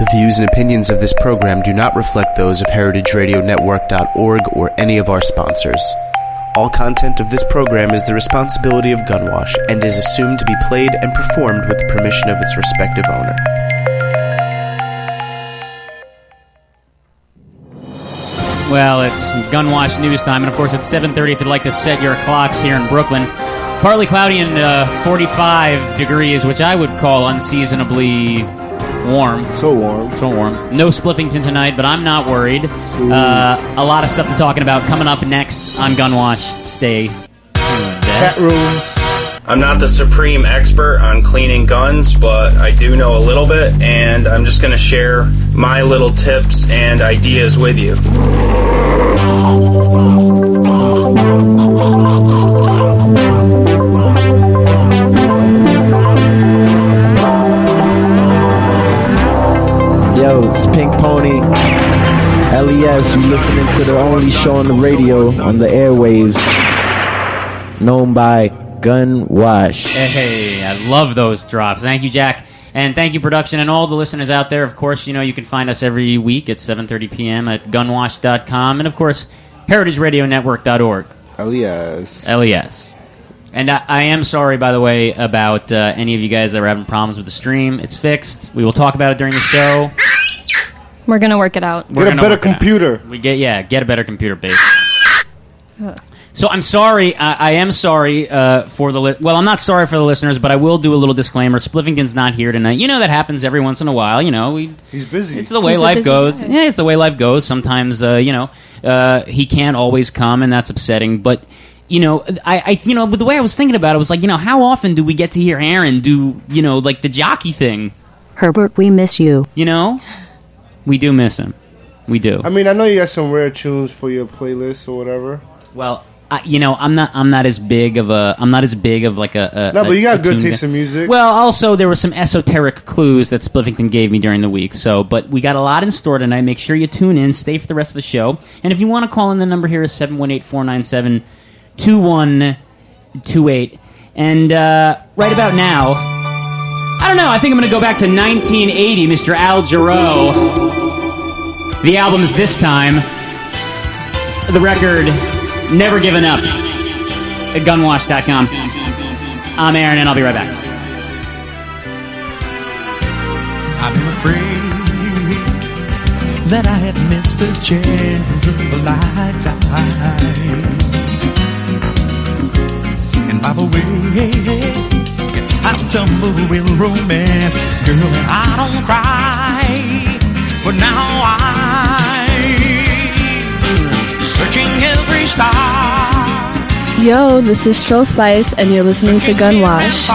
The views and opinions of this program do not reflect those of heritageradionetwork.org or any of our sponsors. All content of this program is the responsibility of Gunwash and is assumed to be played and performed with the permission of its respective owner. Well, it's Gunwash News time, and of course it's 7:30. If you'd like to set your clocks here in Brooklyn, partly cloudy and uh, 45 degrees, which I would call unseasonably warm. So warm. So warm. No Spliffington tonight, but I'm not worried. Uh, a lot of stuff to talking about coming up next on Gunwash. Stay. tuned. Chat rooms. I'm not the supreme expert on cleaning guns, but I do know a little bit, and I'm just going to share my little tips and ideas with you. Yo, it's Pink Pony. LES, you listening to the only show on the radio on the airwaves known by Gun Wash. Hey, I love those drops. Thank you, Jack. And thank you, production, and all the listeners out there. Of course, you know you can find us every week at 7.30 p.m. at gunwash.com. And, of course, heritageradionetwork.org, Elias. LES. E And I, I am sorry, by the way, about uh, any of you guys that were having problems with the stream. It's fixed. We will talk about it during the show. We're gonna work it out. We're Get a gonna better work it out. computer. We get yeah, get a better computer base. So I'm sorry, I, I am sorry uh, for the li- well, I'm not sorry for the listeners, but I will do a little disclaimer. Spliffington's not here tonight. You know that happens every once in a while. You know we He's busy. it's the way He's a life busy goes. guy. Yeah, it's the way life goes. Sometimes, uh, you know, uh, he can't always come, and that's upsetting. But you know, I, I, you know, but the way I was thinking about it was like, you know, how often do we get to hear Aaron do, you know, like the jockey thing? Herbert, we miss you. You know, we do miss him. We do. I mean, I know you got some rare tunes for your playlist or whatever. well, I, you know, I'm not, I'm not as big of a, I'm not as big of like a. a No, but a- you got a good tune taste guy. in music. Well, also there were some esoteric clues that Spliffington gave me during the week. So, but we got a lot in store tonight. Make sure you tune in, stay for the rest of the show. And if you want to call in, the number here is 718-497-2128. And uh, right about now, I don't know. I think I'm going to go back to 1980, Mr. Al Jarreau. The album's this time. The record, Never Given Up. At gunwash.com. I'm Aaron, and I'll be right back. I'm afraid that I had missed the chance of a lifetime. And by the way, I don't tumble in romance, girl, and I don't cry. But now I'm searching every star. Yo, this is Troll Spice, and you're listening to Gunwash.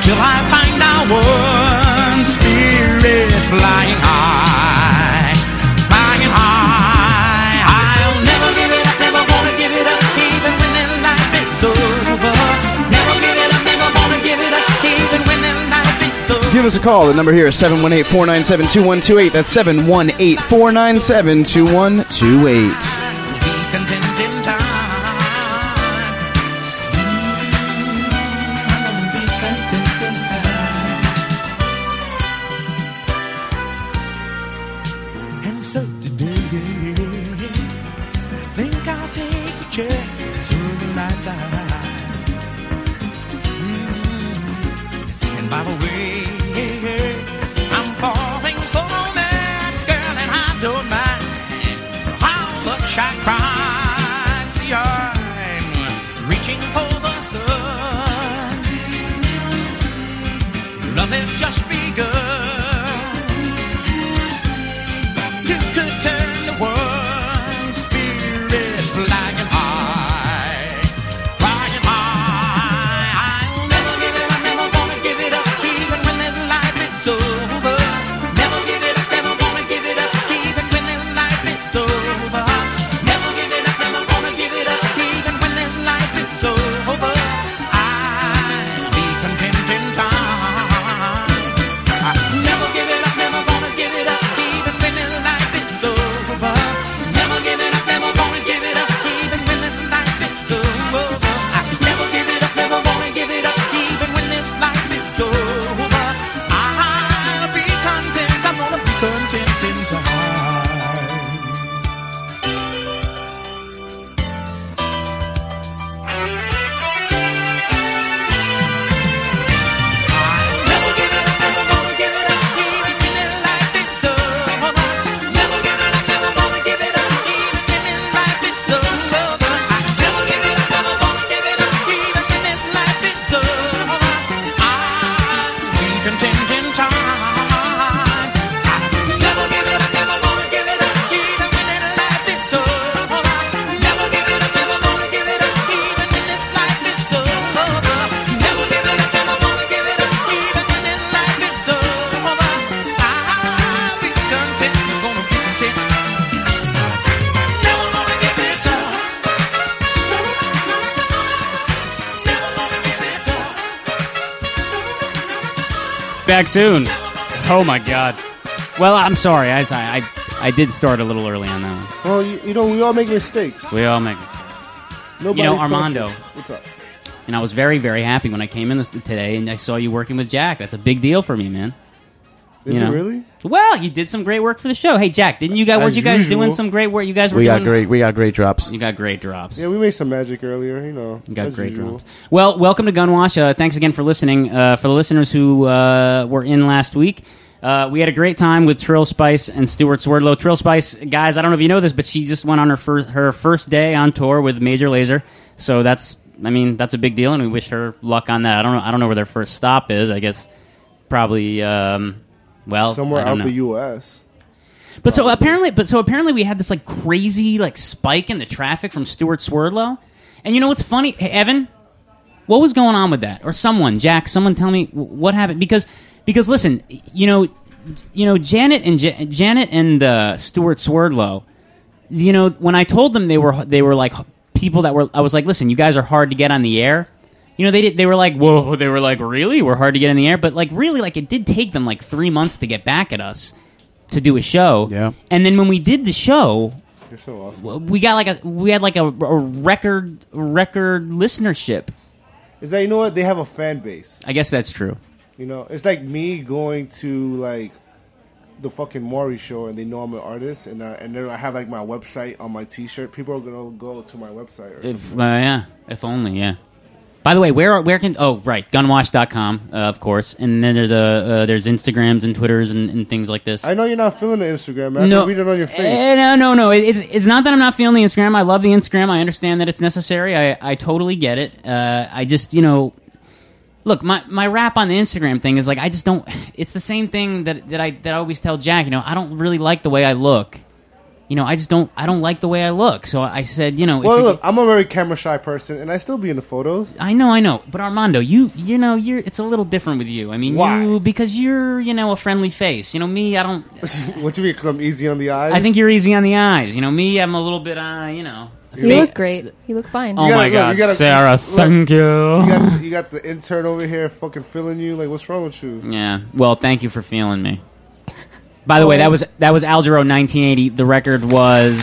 Till I find out one spirit flying high, flying high. I'll never give it up, never gonna give it up, even when this life is over. Never give it up, never gonna give it up, even when this life is over. Give us a call. The number here is 718 497 2128. That's 718 497 2128. Be content in time. Mm, Be content in time. And so today, I think I'll take a chance on a lifetime. Mm. And by the way, I'm falling for romance, girl, and I don't mind how much I cry. See, I'm reaching for the sun. Love has just begun. Two could turn to one. Spirit flying high, flying high. I'll never give it up, never gonna give it up, even when this life is over. Never give it up, never gonna give it up, even when this life is over. Never give it up, never gonna give it up, even when this life is over. I'll be content in time. I- back soon. Oh my God. Well, I'm sorry. I I, I, I did start a little early on that one. Well, you, you know, we all make mistakes. We all make. Nobody's perfect. Armando. What's up? And I was very very happy when I came in this, today and I saw you working with Jack. That's a big deal for me, man. Is You know. it really? Well, you did some great work for the show. Hey, Jack, didn't you guys? As Weren't you guys usual. doing some great work? You guys were We got doing great. We got great drops. You got great drops. Yeah, we made some magic earlier. You know, You got as great usual. drums. Well, welcome to Gunwash. Uh, thanks again for listening. Uh, for the listeners who uh, were in last week, uh, we had a great time with Trill Spice and Stuart Swerdlow. Trill Spice, guys, I don't know if you know this, but she just went on her first her first day on tour with Major Laser. So that's, I mean, that's a big deal, and we wish her luck on that. I don't know, I don't know where their first stop is. I guess probably, um, well, Somewhere I don't out know. the U.S. But so apparently, but so apparently, we had this like crazy like spike in the traffic from Stuart Swerdlow. And you know what's funny, hey, Evan? What was going on with that? Or someone, Jack? Someone tell me wh- what happened because because listen, you know, you know Janet and Ja- Janet and uh, Stuart Swerdlow. You know, when I told them they were they were like people that were, I was like, listen, you guys are hard to get on the air. You know, they did. They were like, "Whoa!" They were like, "Really? We're hard to get in the air." But like, really, like it did take them like three months to get back at us to do a show. Yeah. And then when we did the show, You're so awesome. we got like a we had like a, a record record listenership. Is that you know what they have a fan base? I guess that's true. You know, it's like me going to like the fucking Maury show, and they know I'm an artist, and I, and then I have like my website on my T-shirt. People are gonna go to my website. Or something. If uh, yeah, if only yeah. By the way, where are- where can oh right gunwash.com, uh, of course, and then there's a uh, there's Instagrams and Twitters and, and things like this. I know you're not feeling the Instagram, man. I can read it on your face. Eh, no, no, no. It- It's it's not that I'm not feeling the Instagram. I love the Instagram. I understand that it's necessary. I, I totally get it. Uh, I just you know, look my my rap on the Instagram thing is like I just don't. It's the same thing that that I that I always tell Jack. You know, I don't really like the way I look. You know, I just don't. I don't like the way I look. So I said, you know, if well, you- look, I'm a very camera shy person, and I still be in the photos. I know, I know, but Armando, you you know, you're it's a little different with you. I mean, Why? you because you're you know a friendly face. You know me, I don't. what you mean? Because I'm easy on the eyes. I think you're easy on the eyes. You know me, I'm a little bit uh, you know. You fa- look great. You look fine. Oh gotta- my look, God, you gotta- Sarah, look, thank you. you got, you got the intern over here fucking feeling you. Like, what's wrong with you? yeah. Well, thank you for feeling me. By the way, that was that was Algero 1980. The record was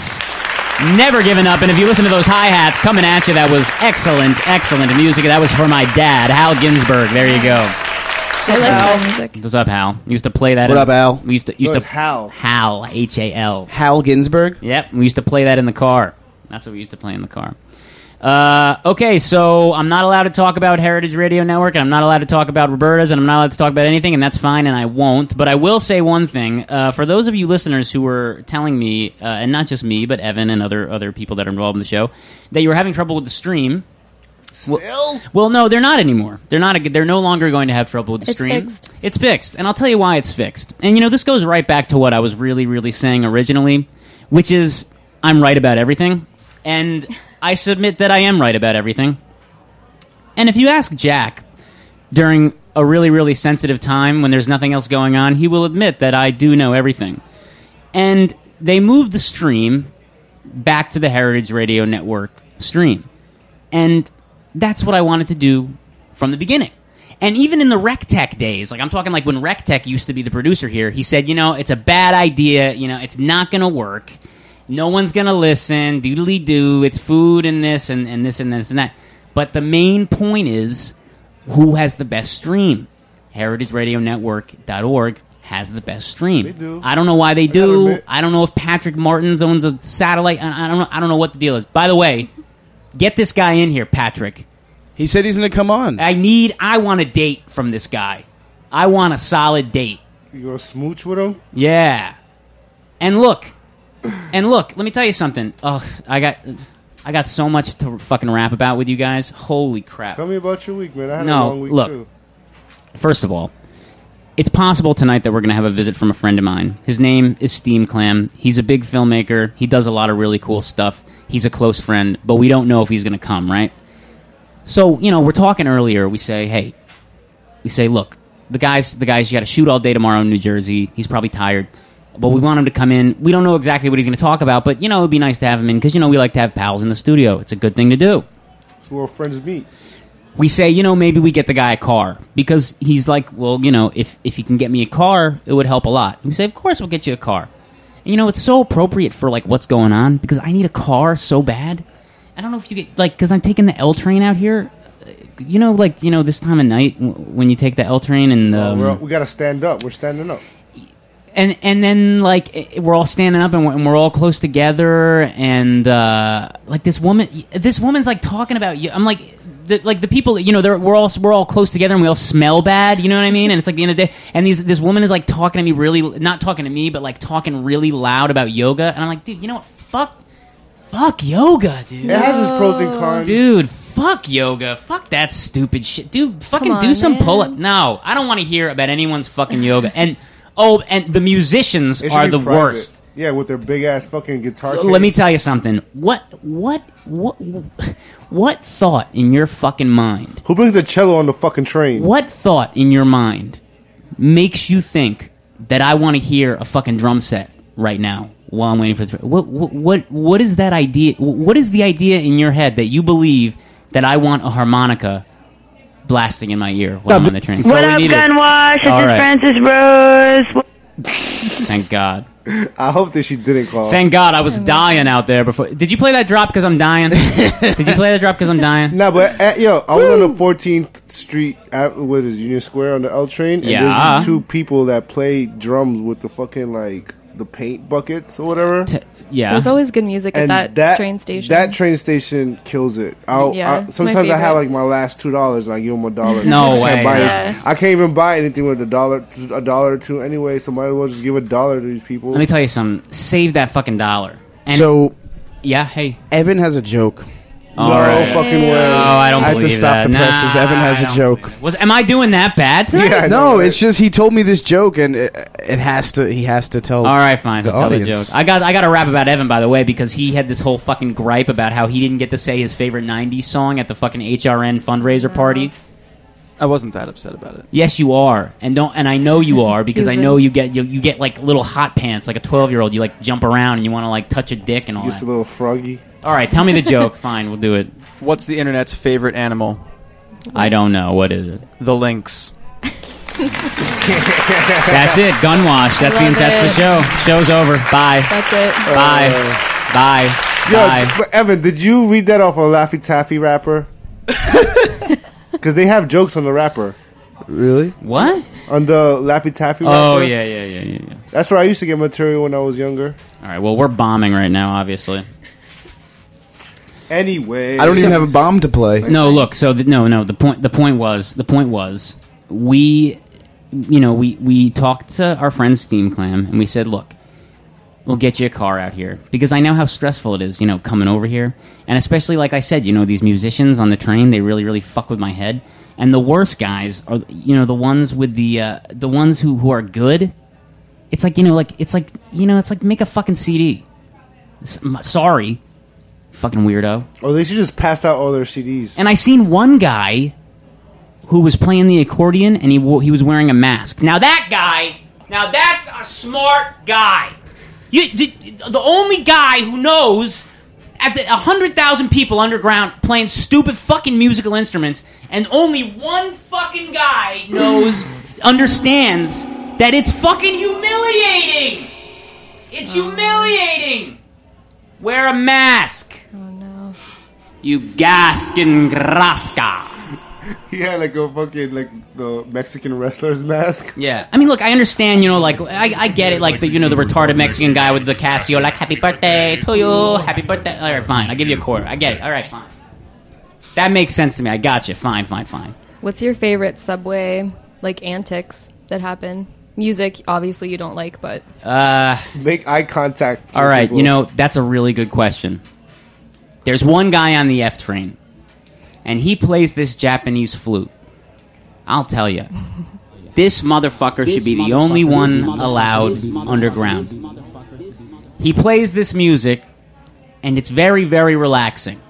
Never Given Up. And if you listen to those hi hats coming at you, that was excellent, excellent music. That was for my dad, Hal Ginsberg. There you go. I like that music. What's up, Hal? We used to play that. What in- up, Al? We used to No, used it's to Hal. Hal H A L. Hal Ginsberg. Yep, we used to play that in the car. That's what we used to play in the car. Uh, okay, so I'm not allowed to talk about Heritage Radio Network, and I'm not allowed to talk about Roberta's, and I'm not allowed to talk about anything, and that's fine, and I won't. But I will say one thing: uh, for those of you listeners who were telling me, uh, and not just me, but Evan and other other people that are involved in the show, that you were having trouble with the stream. Still? Well, no, they're not anymore. They're not. They're no longer going to have trouble with the It's stream. fixed. It's fixed, and I'll tell you why it's fixed. And you know, this goes right back to what I was really, really saying originally, which is I'm right about everything, and I submit that I am right about everything. And if you ask Jack during a really, really sensitive time when there's nothing else going on, he will admit that I do know everything. And they moved the stream back to the Heritage Radio Network stream. And that's what I wanted to do from the beginning. And even in the RecTech days, like I'm talking like when RecTech used to be the producer here, he said, you know, it's a bad idea, you know, it's not going to work. No one's going to listen, doodly doo, it's food and this and, and this and this and that. But the main point is who has the best stream? HeritageRadioNetwork.org has the best stream. They do. I don't know why they gotta do. admit. I don't know if Patrick Martin's owns a satellite. I I don't know. I don't know what the deal is. By the way, get this guy in here, Patrick. He said he's gonna come on. I need. I want a date from this guy. I want a solid date. You gonna smooch with him? Yeah. And look, and look. Let me tell you something. Ugh, I got, I got so much to fucking rap about with you guys. Holy crap! Tell me about your week, man. I had No, a long week look. too. First of all, it's possible tonight that we're going to have a visit from a friend of mine. His name is Steam Clam. He's a big filmmaker. He does a lot of really cool stuff. He's a close friend, but we don't know if he's going to come, right? So, you know, we're talking earlier. We say, hey, we say, look, the guys, the guys, you got to shoot all day tomorrow in New Jersey. He's probably tired, but we want him to come in. We don't know exactly what he's going to talk about, but, you know, it'd be nice to have him in because, you know, we like to have pals in the studio. It's a good thing to do. So our friends meet. we say, you know, maybe we get the guy a car because he's like, well, you know, if if he can get me a car, it would help a lot. And we say, of course, we'll get you a car. And, you know, it's so appropriate for like what's going on because I need a car so bad. I don't know if you get like because I'm taking the L train out here. uh, You know, like you know, this time of night w- when you take the L train and um, We're, we gotta stand up. We're standing up. and and then like i- we're all standing up and we're, and we're all close together and uh, like this woman this woman's like talking about you i'm like the, like the people you know they're, we're all we're all close together and we all smell bad you know what i mean and it's like the end of the day and these this woman is like talking to me really not talking to me but like talking really loud about yoga and i'm like dude you know what fuck fuck yoga dude It has its pros and cons. dude fuck yoga fuck that stupid shit dude fucking Come do on, some man. pull-up no i don't want to hear about anyone's fucking yoga and oh and the musicians It should are be the private. worst Yeah, with their big ass fucking guitar. let me case. tell you something what what what what thought in your fucking mind Who brings a cello on the fucking train? what thought in your mind makes you think that i want to hear a fucking drum set right now while i'm waiting for the what what what, what is that idea what is the idea in your head that you believe that i want a harmonica blasting in my ear while i'm on the train That's What all we up, needed. Gunwash? This All is right. Francis Rose. thank god I hope that she didn't call. Thank God I was dying out there before. Did you play that drop because I'm dying? Did you play that drop because I'm dying? Nah, but at, yo, I was on the 14th Street, at, what is it, Union Square on the L train, and Yeah. there's these two people that play drums with the fucking like the paint buckets or whatever. T- yeah. There's always good music and at that, train station. That train station kills it. I'll, Yeah, I- it's my sometimes I have favorite. like my last two dollars and I give them a dollar. No I way. Can't buy Yeah. it. I can't even buy anything with a dollar, a dollar or two anyway. So might as well just give a dollar to these people. Let me tell you something. Save that fucking dollar. And So yeah, hey. Evan has a joke. All no right. fucking way. Oh, I don't I have to believe stop that. the presses. Nah, Evan has I a don't joke. believe it. Was am I doing that bad? Tonight? Yeah, I know, No, right? it's just he told me this joke and it, it has to. He has to tell. All right, fine. The I'll tell the joke. audience. I got I got a rap about Evan by the way because he had this whole fucking gripe about how he didn't get to say his favorite '90s song at the fucking HRN fundraiser party. Uh-huh. I wasn't that upset about it. Yes, you are, and don't, and I know you are because You've I been- know you get you, you get like little hot pants, like a twelve year old. You like jump around and you want to like touch a dick and all Just a that. little froggy. All right, tell me the joke. Fine, we'll do it. What's the internet's favorite animal? I don't know what is it. The lynx. That's it. Gunwash. That's the Love that's it. the show. Show's over. Bye. That's it. Bye. Bye. Uh, Yo, Bye. but Evan, did you read that off a Laffy Taffy rapper? Because they have jokes on the rapper. Really? What? On the Laffy Taffy rapper. Oh yeah, yeah, yeah, yeah, yeah. That's where I used to get material when I was younger. All right. Well, we're bombing right now, obviously. Anyway. I don't even have a bomb to play. No, look. So the, no, no. The point. The point was. The point was. We, you know, we we talked to our friend Steam Clam, and we said, look, we'll get you a car out here because I know how stressful it is, you know, coming over here, and especially like I said, you know, these musicians on the train, they really really fuck with my head. And the worst guys are, you know, the ones with the uh, the ones who who are good. It's like you know, like it's like you know, it's like make a fucking CD. S- m- Sorry, fucking weirdo. Or Oh, they should just pass out all their CDs. And I seen one guy who was playing the accordion and he wo- he was wearing a mask. Now that guy, now that's a smart guy. You the, the only guy who knows at the 100,000 people underground playing stupid fucking musical instruments and only one fucking guy knows understands that it's fucking humiliating. It's humiliating. Wear a mask. Oh no. You Gaskin Graska. he had like a fucking like the Mexican wrestler's mask. Yeah. I mean, look, I understand, you know, like, I, I get it, like, the, you know, the retarded Mexican guy with the Casio, like, happy birthday to you, happy birthday. All right, fine. I'll give you a quarter. I get it. All right, fine. That makes sense to me. I got you. Fine, fine, fine. What's your favorite subway like antics that happen? Music, obviously you don't like, but Uh, Make eye contact. with All right, people. you know, that's a really good question. There's one guy on the F train, and he plays this Japanese flute. I'll tell you. This motherfucker should be the only one allowed underground. He plays this music, and it's very, very relaxing.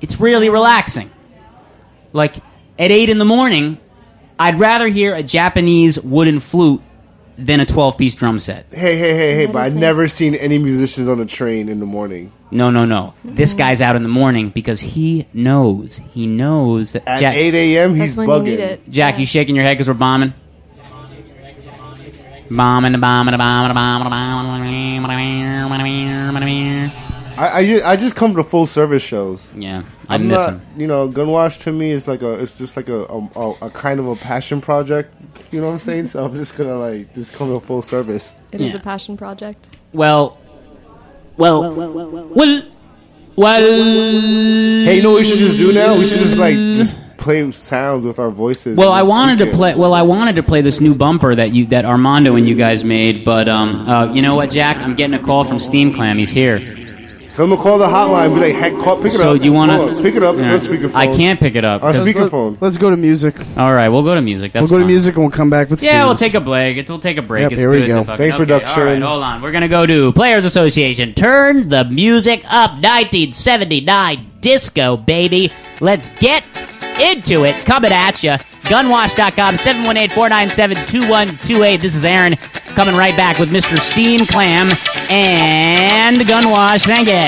It's really relaxing. Like, at 8 in the morning, I'd rather hear a Japanese wooden flute than a 12 piece drum set. Hey, hey, hey, hey! is But I've nice. never seen any musicians on a train in the morning. no, no, no. Mm-hmm. This guy's out in the morning because he knows. He knows that At Jack. 8 a.m., That's he's when bugging. you need it. Jack, you shaking your head because we're bombing. Bombing, bombing, bombing, bombing, bombing, bombing, bombing. I, I, ju- I just come to full service shows. Yeah, I I'm miss not, him. you know, Gunwash to me is like a, it's just like a, a, a, a kind of a passion project. You know what I'm saying? So I'm just gonna like just come to full service. It is Yeah. a passion project. Well, well, well, well. Hey, you know what we should just do now? We should just like just play sounds with our voices. Well, and I just wanted to tweak it. play. Well, I wanted to play this new bumper that you, that Armando and you guys made, but um, uh, you know what, Jack? I'm getting a call from Steam Clam. He's here. Tell them to call the hotline. Be like, hey, call, pick it So up. you want Hold to on, pick it up? Yeah. speakerphone. I can't pick it up. On 'cause- speakerphone. Let's go to music. all right, we'll go to music. That's we'll go to fine. music and we'll come back with Yeah, we'll Steve's. take a break. It's, we'll take a break. Yep, it's here we good go. to fucking- Thanks, okay, production. All right, hold on. We're gonna go to Players Association. Turn the music up. 1979 disco, baby. Let's get into it. Coming at you. Gunwash.com. 718-497-2128. This is Aaron coming right back with Mr. Steam Clam and Gunwash. Thank you.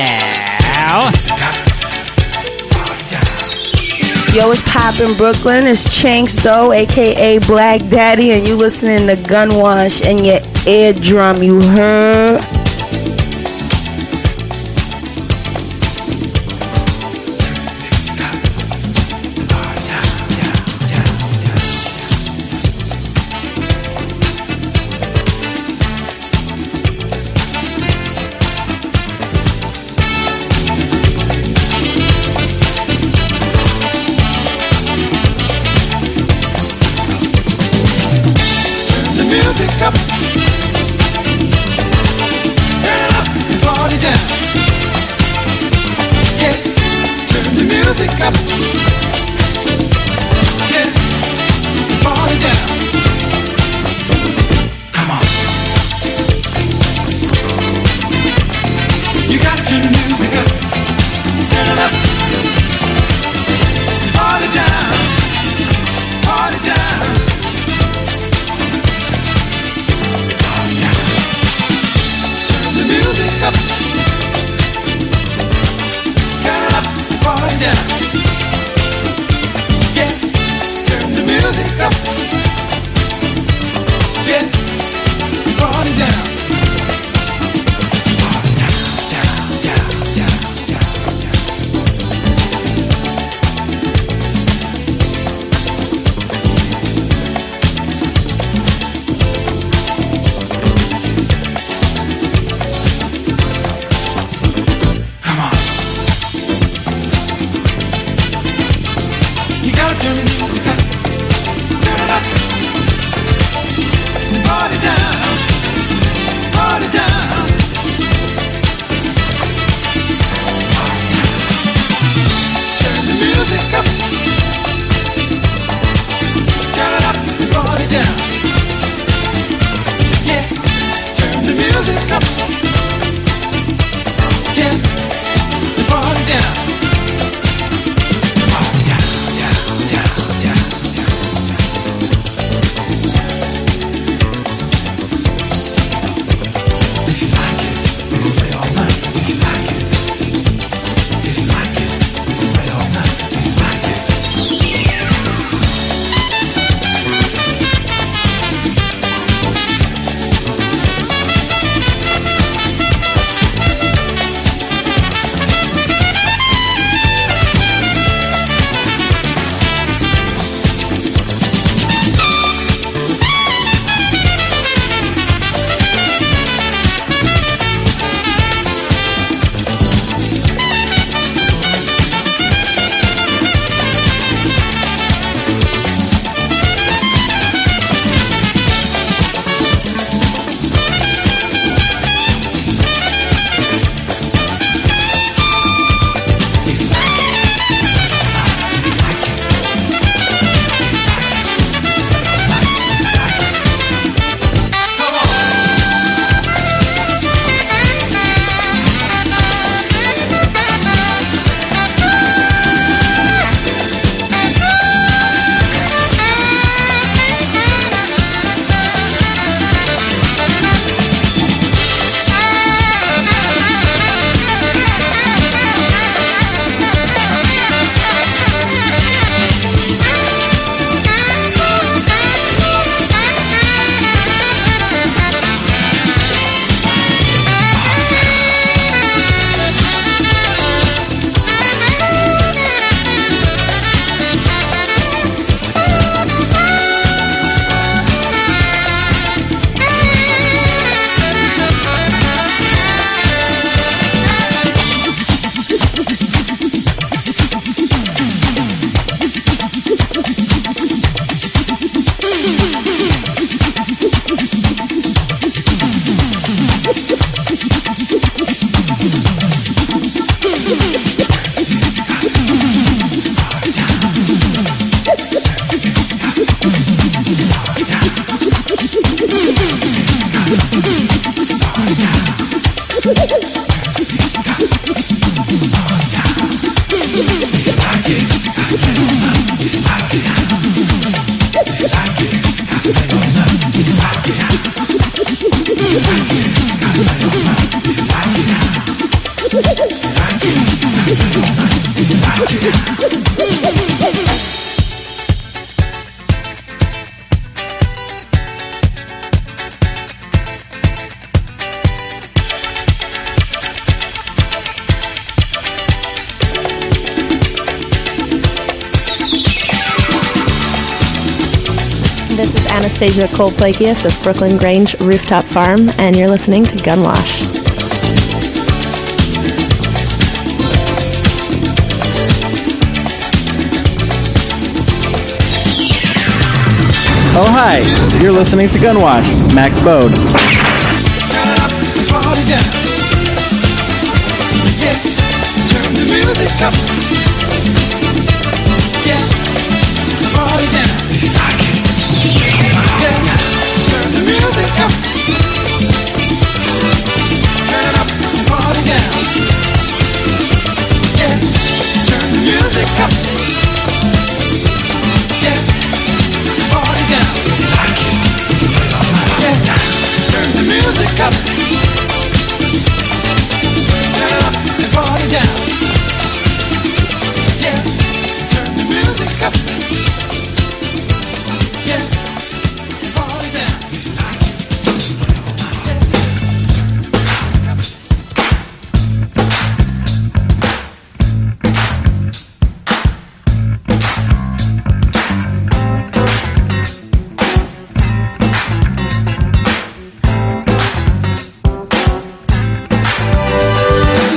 Yo, it's Pop in Brooklyn. It's Chanks Doe, aka Black Daddy, and you listening to Gunwash and your eardrum. You heard? the music up. Turn it up, party down. Yeah, turn the music up. Yeah, party down. Come on. You got your music up. Turn it up. Party down. Party down. the music up. Turn it up, party down. This is Anastasia Coleplakius of Brooklyn Grange Rooftop Farm, and you're listening to Gunwash. Oh, hi. You're listening to Gunwash, Max Bode. Turn the music up. Yeah, party down. Yeah, turn the music up. Turn up, party down. Yeah, turn the music up. Yeah, party down. Yeah, turn the music up. Turn up and party down. Yeah, turn the music up. Yeah, party down.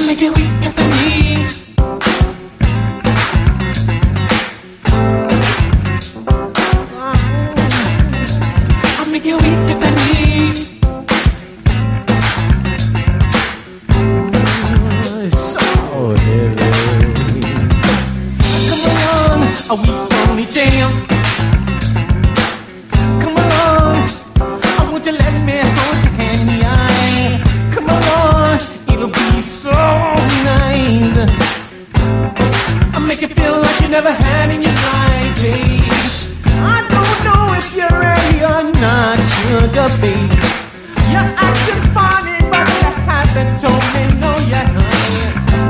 Make it weak at the knees. I make it weak at the knees. Oh, hello. Come along, a week only jam. Come along, I want you let me hold your hand in the eye. Come along, it'll be so nice. I make you feel like you never had in your life, babe. I don't know if you're ready or not, sugar babe. You're acting funny, but you haven't told me no yet.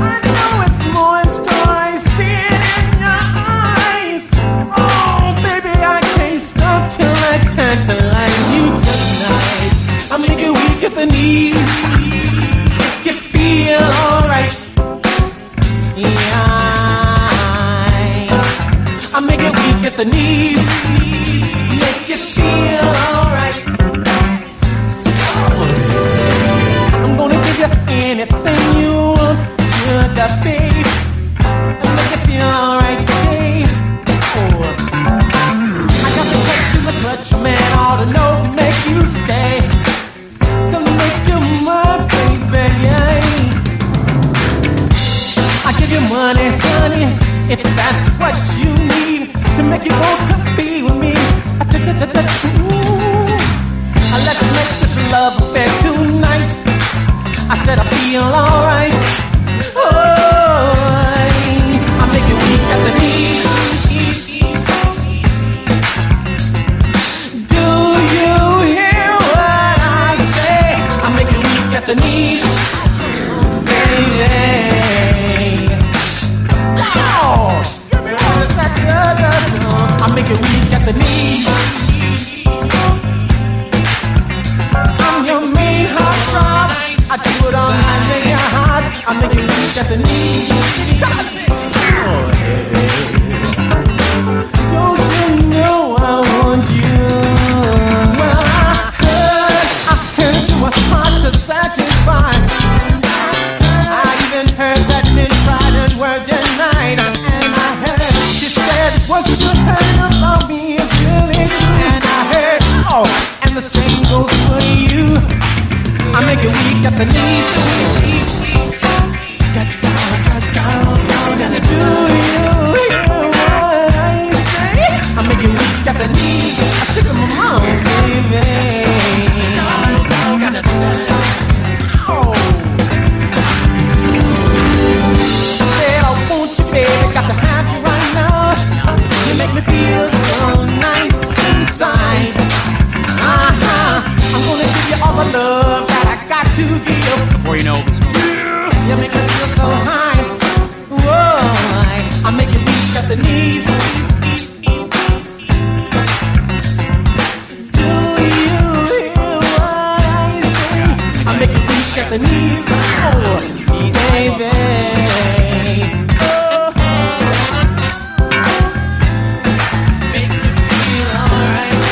I know it's more in store. I see it in your eyes. Oh, baby, I can't stop till I tantalize you tonight. I make you weak at the knees. Make you feel alright. Yeah. I make you weak at the knees. Make you feel alright. I'm gonna give you anything you want, sugar babe. I make you feel alright today. Oh, I got the touch in the clutch, man. All to know to make you stay. Gonna make you my baby. Yeah. I give you money, honey, if that's what you need to make you want to be with me. I let's make this love affair tonight. I said I feel alright. Oh, I make you weak at the knees. Do you hear what I say? I make you weak at the knees, baby. Oh, I make you weak at the knees. I'm your mean hot rod. I do it all night, make you hot. I make you weak at the knees. Don't you know I want you? Well, I heard, I heard you were hard to satisfy. I even heard that men tried and were denied. And I heard she said what you heard about me is really true. And I heard, oh, and the same goes for you. I make it weak at the knees. Got you down, got you down, down, and I do you hear what I say? I make it weak at the knees. I should have my mom, baby. Oh. Said I want oh, you, baby, got to have you right now. You make me feel so nice inside. Uh-huh. I'm gonna give you all the love that I got to give. Before you know, You make me feel so high. Whoa, I make you weak at the knees. Do you hear what I say? I make you weak at the knees. Oh, baby. Oh. Make you feel alright.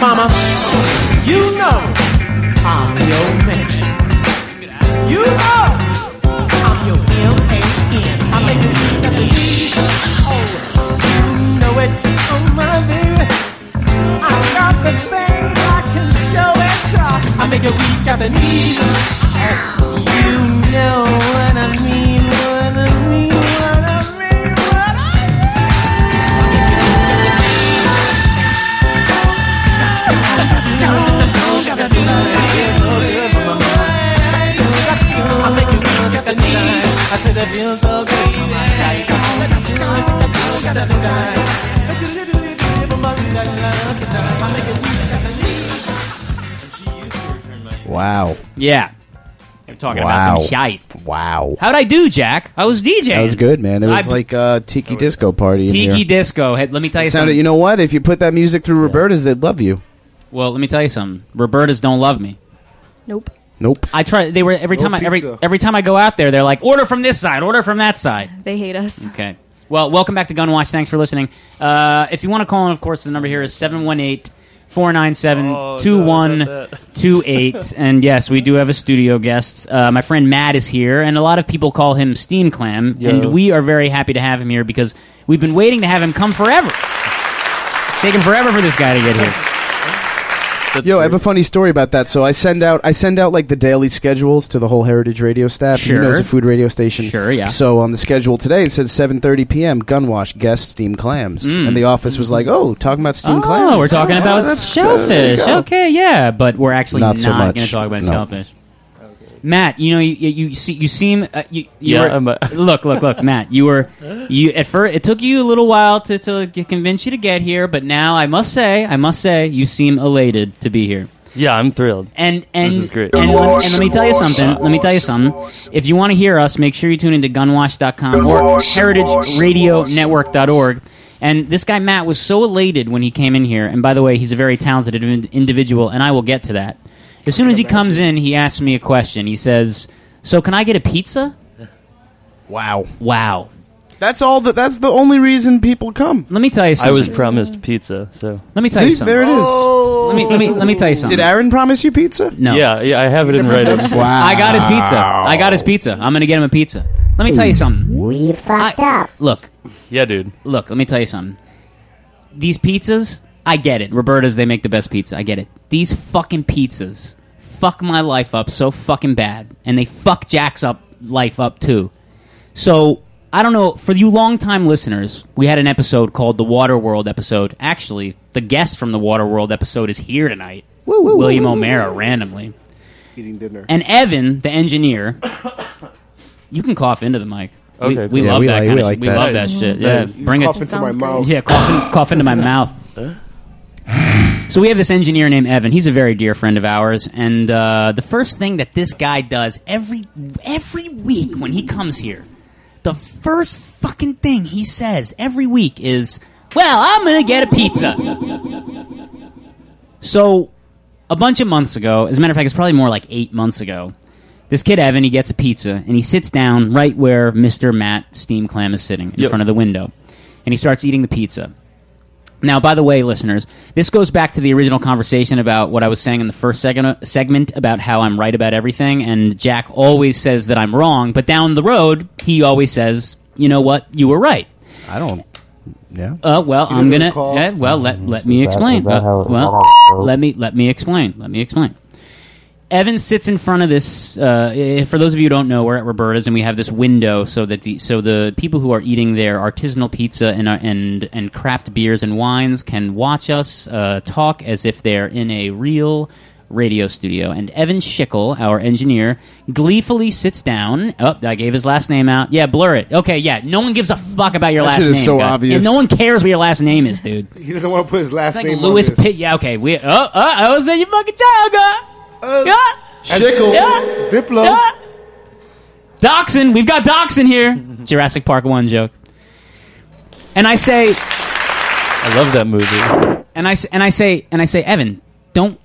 mama. You know I'm your man. You know I'm your M-A-N. I make it D, got the D. Oh, you know it. Oh, my baby. I got the things I can show it. I make it weak at the knees. Oh, you know what I mean, what I mean, what I mean. I said it feels so good. Wow. Yeah. I'm talking about some shite. Wow. How'd I do, Jack? I was DJing. That was good, man. It was I- like a tiki disco party. in Tiki here. disco. Hey, let me tell you It sounded, something. you know what? If you put that music through Roberta's, they'd love you. well, let me tell you something. Roberta's don't love me. Nope. Nope. I try. They were every No time. I, every pizza. every time I go out there, they're like, order from this side, order from that side. They hate us. Okay. Well, welcome back to Gun Watch. Thanks for listening. Uh, if you want to call in, of course, the number here is 718 497 2128. And yes, we do have a studio guest. Uh, my friend Matt is here, and a lot of people call him Steam Clam. Yo. And we are very happy to have him here because we've been waiting to have him come forever. It's taken forever for this guy to get here. Yo, I have a funny story about that. So I send out I send out like the daily schedules to the whole Heritage Radio staff. Sure. He knows a food radio station. Sure, yeah. So on the schedule today it said 7:30 p.m. Gun wash guest steamed clams, Mm. and the office was like, "Oh, talking about steamed clams." Oh, we're talking Oh, about that's- shellfish. there you go. Okay, yeah, but we're actually Not not, so much. going to talk about No. shellfish. Matt, you know you you, you, see, you seem uh, you, you Yeah, were- I'm a- look look look Matt, you were you at first it took you a little while to to get- convince you to get here, but now I must say I must say you seem elated to be here. Yeah, I'm thrilled. And and This is great. And, let- and let me tell you something. Let me tell you something. If you want to hear us, make sure you tune into gunwash.com or heritageradionetwork.org. And this guy Matt was so elated when he came in here. And by the way, he's a very talented in- individual, and I will get to that. As soon as he comes in, he asks me a question. He says, "So can I get a pizza?" Wow. Wow. That's all. The, that's the only reason people come. Let me tell you I something. was promised pizza, so Let me tell you See, something. Oh. there it is. Let me let me let me tell you something. Did Aaron promise you pizza? No. Yeah, yeah, I have it in writing. Wow. I got his pizza. I got his pizza. I'm gonna get him a pizza. Let me tell you something. We fucked up. Look, Yeah, dude. look. Let me tell you something. These pizzas, I get it. Roberta's, they make the best pizza. I get it. These fucking pizzas fuck my life up so fucking bad, and they fuck Jack's up life up too. So I don't know. For you long-time listeners, we had an episode called the Water World episode. Actually, the guest from the Water World episode is here tonight. woo, William woo, woo, O'Mara, woo. randomly. Eating dinner. And Evan, the engineer, you can cough into the mic. We- Okay, we, cool. love Yeah, we that like- kind we of like shit. We that. love that Nice. shit. Yeah, Nice. bring Cough it into my Sounds great. mouth. Yeah, cough, in, cough into my mouth. So we have this engineer named Evan. He's a very dear friend of ours, and uh, the first thing that this guy does every every week when he comes here, the first fucking thing he says every week is, "Well, I'm gonna get a pizza." So, a bunch of months ago, as a matter of fact, it's probably more like eight months ago, this kid Evan, he gets a pizza and he sits down right where Mr. Matt Steam Clam is sitting in Yep. front of the window. And he starts eating the pizza. Now, by the way, listeners, this goes back to the original conversation about what I was saying in the first seg- segment about how I'm right about everything, and Jack always says that I'm wrong, but down the road, he always says, you know what, you were right. I don't. Yeah. Uh, well, He I'm doesn't gonna. recall. eh, well, let let Is me that- explain. is that Uh, how it- well, let me let me explain. Let me explain. Evan sits in front of this. Uh, eh, for those of you who don't know, we're at Roberta's, and we have this window so that the so the people who are eating their artisanal pizza and our- and and craft beers and wines can watch us uh, talk as if they're in a real radio studio. And Evan Schickel, our engineer, gleefully sits down. Oh, I gave his last name out. Yeah, blur it. Okay, yeah. No one gives a fuck about your That last shit name. is so guy. Yeah, obvious. no one cares what your last name is, dude. He doesn't want to put his last It's like name Louis on this. Pitt. Yeah, okay. We. Oh, oh, I was in your fucking child, girl. yeah. Shickle. Yeah. Uh, Diplo. Yeah. Dachshund. We've got Dachshund here. Jurassic Park 1 joke. And I say, I love that movie. and I s- and I say and I say, Evan, don't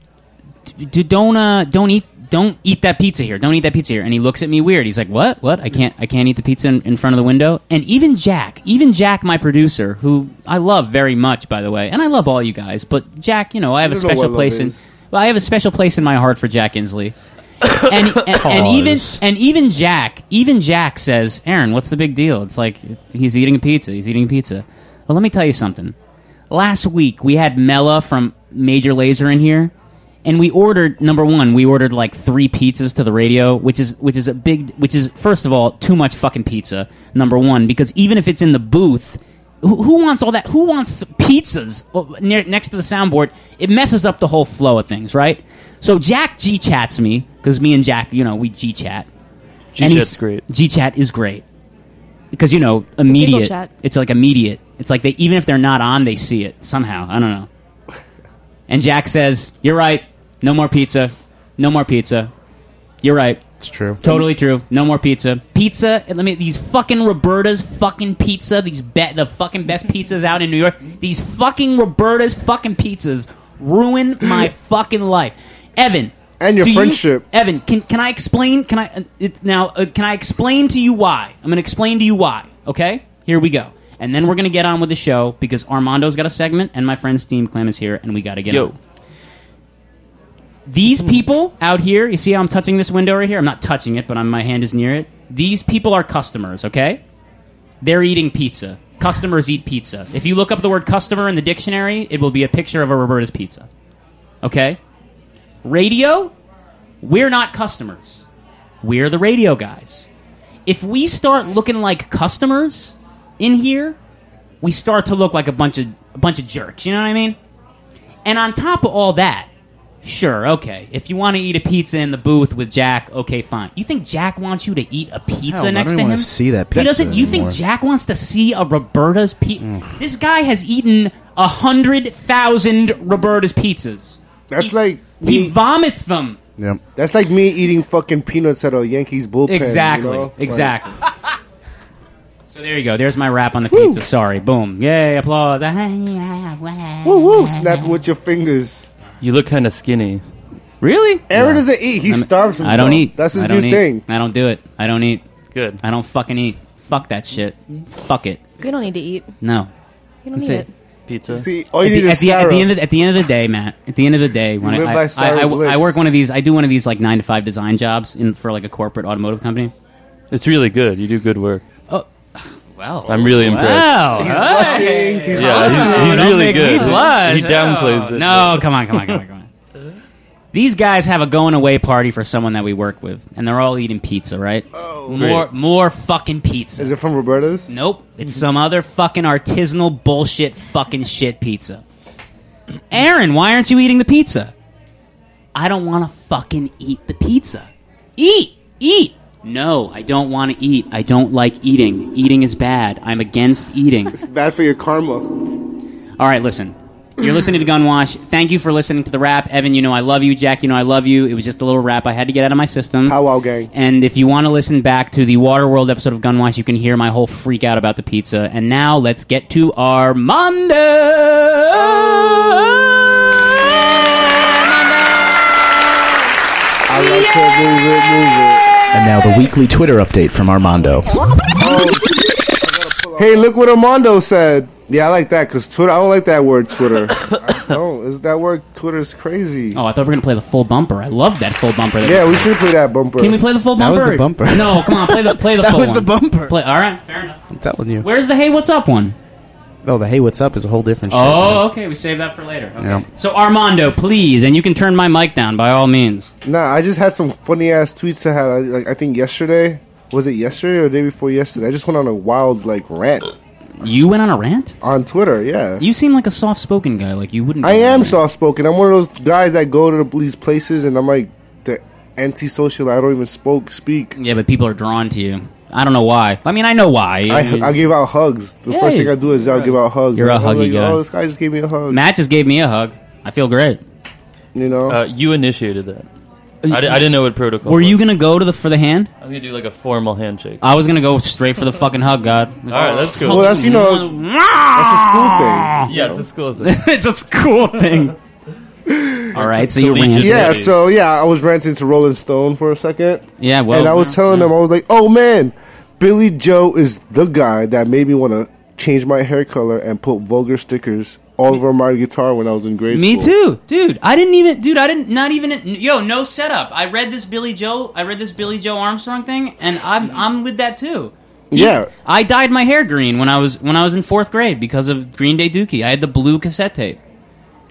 d- d- don't uh, don't eat don't eat that pizza here. Don't eat that pizza here. And he looks at me weird. He's like, what? What? I can't. I can't eat the pizza in, in front of the window. And even Jack, even Jack, my producer, who I love very much, by the way, and I love all you guys, but Jack, you know, I have a don't know what special love place in. is. Well, I have a special place in my heart for Jack Insley. and, and, and even and even Jack, even Jack says, Aaron, what's the big deal? It's like he's eating a pizza. He's eating pizza. Well, let me tell you something. Last week we had Mela from Major Laser in here, and we ordered number one. We ordered like three pizzas to the radio, which is which is a big, which is first of all too much fucking pizza. Number one, because even if it's in the booth. Who who wants all that? Who wants th- pizzas o- near, next to the soundboard? It messes up the whole flow of things, right? So Jack G chats me because me and Jack, you know, we G chat. G-chat's great. G chat is great because you know immediate. chat. It's like immediate. It's like they even if they're not on, they see it somehow. I don't know. And Jack says, "You're right. No more pizza. No more pizza. You're right. It's true. Totally true. No more pizza. Pizza. and Let me. These fucking Roberta's fucking pizza. These bet the fucking best pizzas out in New York. These fucking Roberta's fucking pizzas ruin my fucking life. Evan." And your do you- friendship. Evan. Can can I explain? Can I? uh, It's now. Uh, can I explain to you why? I'm gonna explain to you why. Okay. Here we go. And then we're gonna get on with the show because Armando's got a segment, and my friend Steam Clam is here, and we gotta get Yo. on. These people out here, you see how I'm touching this window right here? I'm not touching it, but I'm, my hand is near it. These people are customers, okay? They're eating pizza. Customers eat pizza. If you look up the word customer in the dictionary, it will be a picture of a Roberta's pizza. Okay? Radio, we're not customers. We're the radio guys. If we start looking like customers in here, we start to look like a bunch of a bunch of jerks, you know what I mean? And on top of all that, Sure, okay. If you want to eat a pizza in the booth with Jack, okay, fine. You think Jack wants you to eat a pizza Hell, I next don't even to him? wanna see that He pizza doesn't. You anymore. think Jack wants to see a Roberta's pizza? This guy has eaten a hundred thousand Roberta's pizzas. That's like he vomits them. Yep. That's like me eating fucking peanuts at a Yankees bullpen. you Exactly. know? Like- Exactly. so there you go. There's my rap on the pizza. Sorry. Boom. Yay! Applause. Ah, woo woo, snap with your fingers. You look kind of skinny. Really? Aaron doesn't eat. He starves himself. I don't eat. That's his I don't new eat. thing. I don't do it. I don't eat. Good. I don't fucking eat. Fuck that shit. Fuck it. You don't need to eat. No. You don't That's need it. it. Pizza. See, all you at, the, need at, is the, at Sarah. the end of, at the end of the day, Matt. At the end of the day, when You I, live I, by I- Sarah's I w- I lips. work one of these, I do one of these like nine to five design jobs in for like a corporate automotive company. It's really good. You do good work. Oh, well. I'm really impressed. Wow. He's blushing. He's Yeah, he's- blushing. he's Don't really make good. Me blush. He downplays Oh, it. No, come on, come on, come on, come on. These guys have a going away party for someone that we work with, and they're all eating pizza, right? Oh, more, Great. more fucking pizza. Is it from Roberta's? Mm-hmm. Nope, it's some other fucking artisanal bullshit, fucking shit pizza. Aaron, why aren't you eating the pizza? I don't want to fucking eat the pizza. Eat, eat. No, I don't want to eat. I don't like eating. Eating is bad. I'm against eating. It's bad for your karma. All right, listen. You're listening to Gunwash. Thank you for listening to the rap. Evan, you know I love you. Jack, you know I love you. It was just a little rap I had to get out of my system. How wow gang. And if you want to listen back to the Waterworld episode of Gunwash, you can hear my whole freak out about the pizza. And now let's get to Armando. I like to move it, move And now the weekly Twitter update from Armando. it. Hey, look what Armando said. Yeah, I like that because Twitter. I don't like that word, Twitter. I don't. Oh, Is that word? Twitter's crazy. Oh, I thought we were gonna play the full bumper. I love that full bumper. that Yeah, we should play that bumper. Can we play the full That bumper? was the bumper. No, come on, play the play the That full was the one. bumper. Play, all right, fair enough. I'm telling you. Where's the hey, what's up one? Oh, the hey, what's up is a whole different show. Oh, okay, we saved that for later. Okay. Yeah. So Armando, please, and you can turn my mic down by all means. Nah, I just had some funny ass tweets I had. I, like I think yesterday was it yesterday or the day before yesterday? I just went on a wild like rant You went on a rant on Twitter. Yeah, You seem like a soft-spoken guy. Like you wouldn't. I am soft spoken. I'm one of those guys that go to the- these places and I'm like the antisocial. I don't even spoke speak. Yeah, but people are drawn to you. I don't know why. I mean, I know why. I, I give out hugs. The Yeah, first you- thing I do is I'll give out hugs. You're a I'm huggy guy. Oh, this guy just gave me a hug. Matt just gave me a hug. I feel great. You know, Uh, you initiated that. I, di- I didn't know what protocol. Were was. you gonna go to the for the hand? I was gonna do like a formal handshake. I was gonna go straight for the fucking hug, God. All right, that's good. Well, that's you know, Oh, that's a school thing. Yeah, it's a school thing. it's a school thing. All right, so you ran. ranting. Yeah, so yeah, I was ranting to Rolling Stone for a second. Yeah, well, and I was telling them, I was like, "Oh man, Billy Joe is the guy that made me want to change my hair color and put vulgar stickers all over my guitar when I was in grade Me school." too, dude. I didn't even, dude. I didn't, not even. Yo, no setup. I read this Billy Joe. I read this Billy Joe Armstrong thing, and I'm, I'm with that too. Yeah. I dyed my hair green when I was when I was in fourth grade because of Green Day Dookie. I had the blue cassette tape.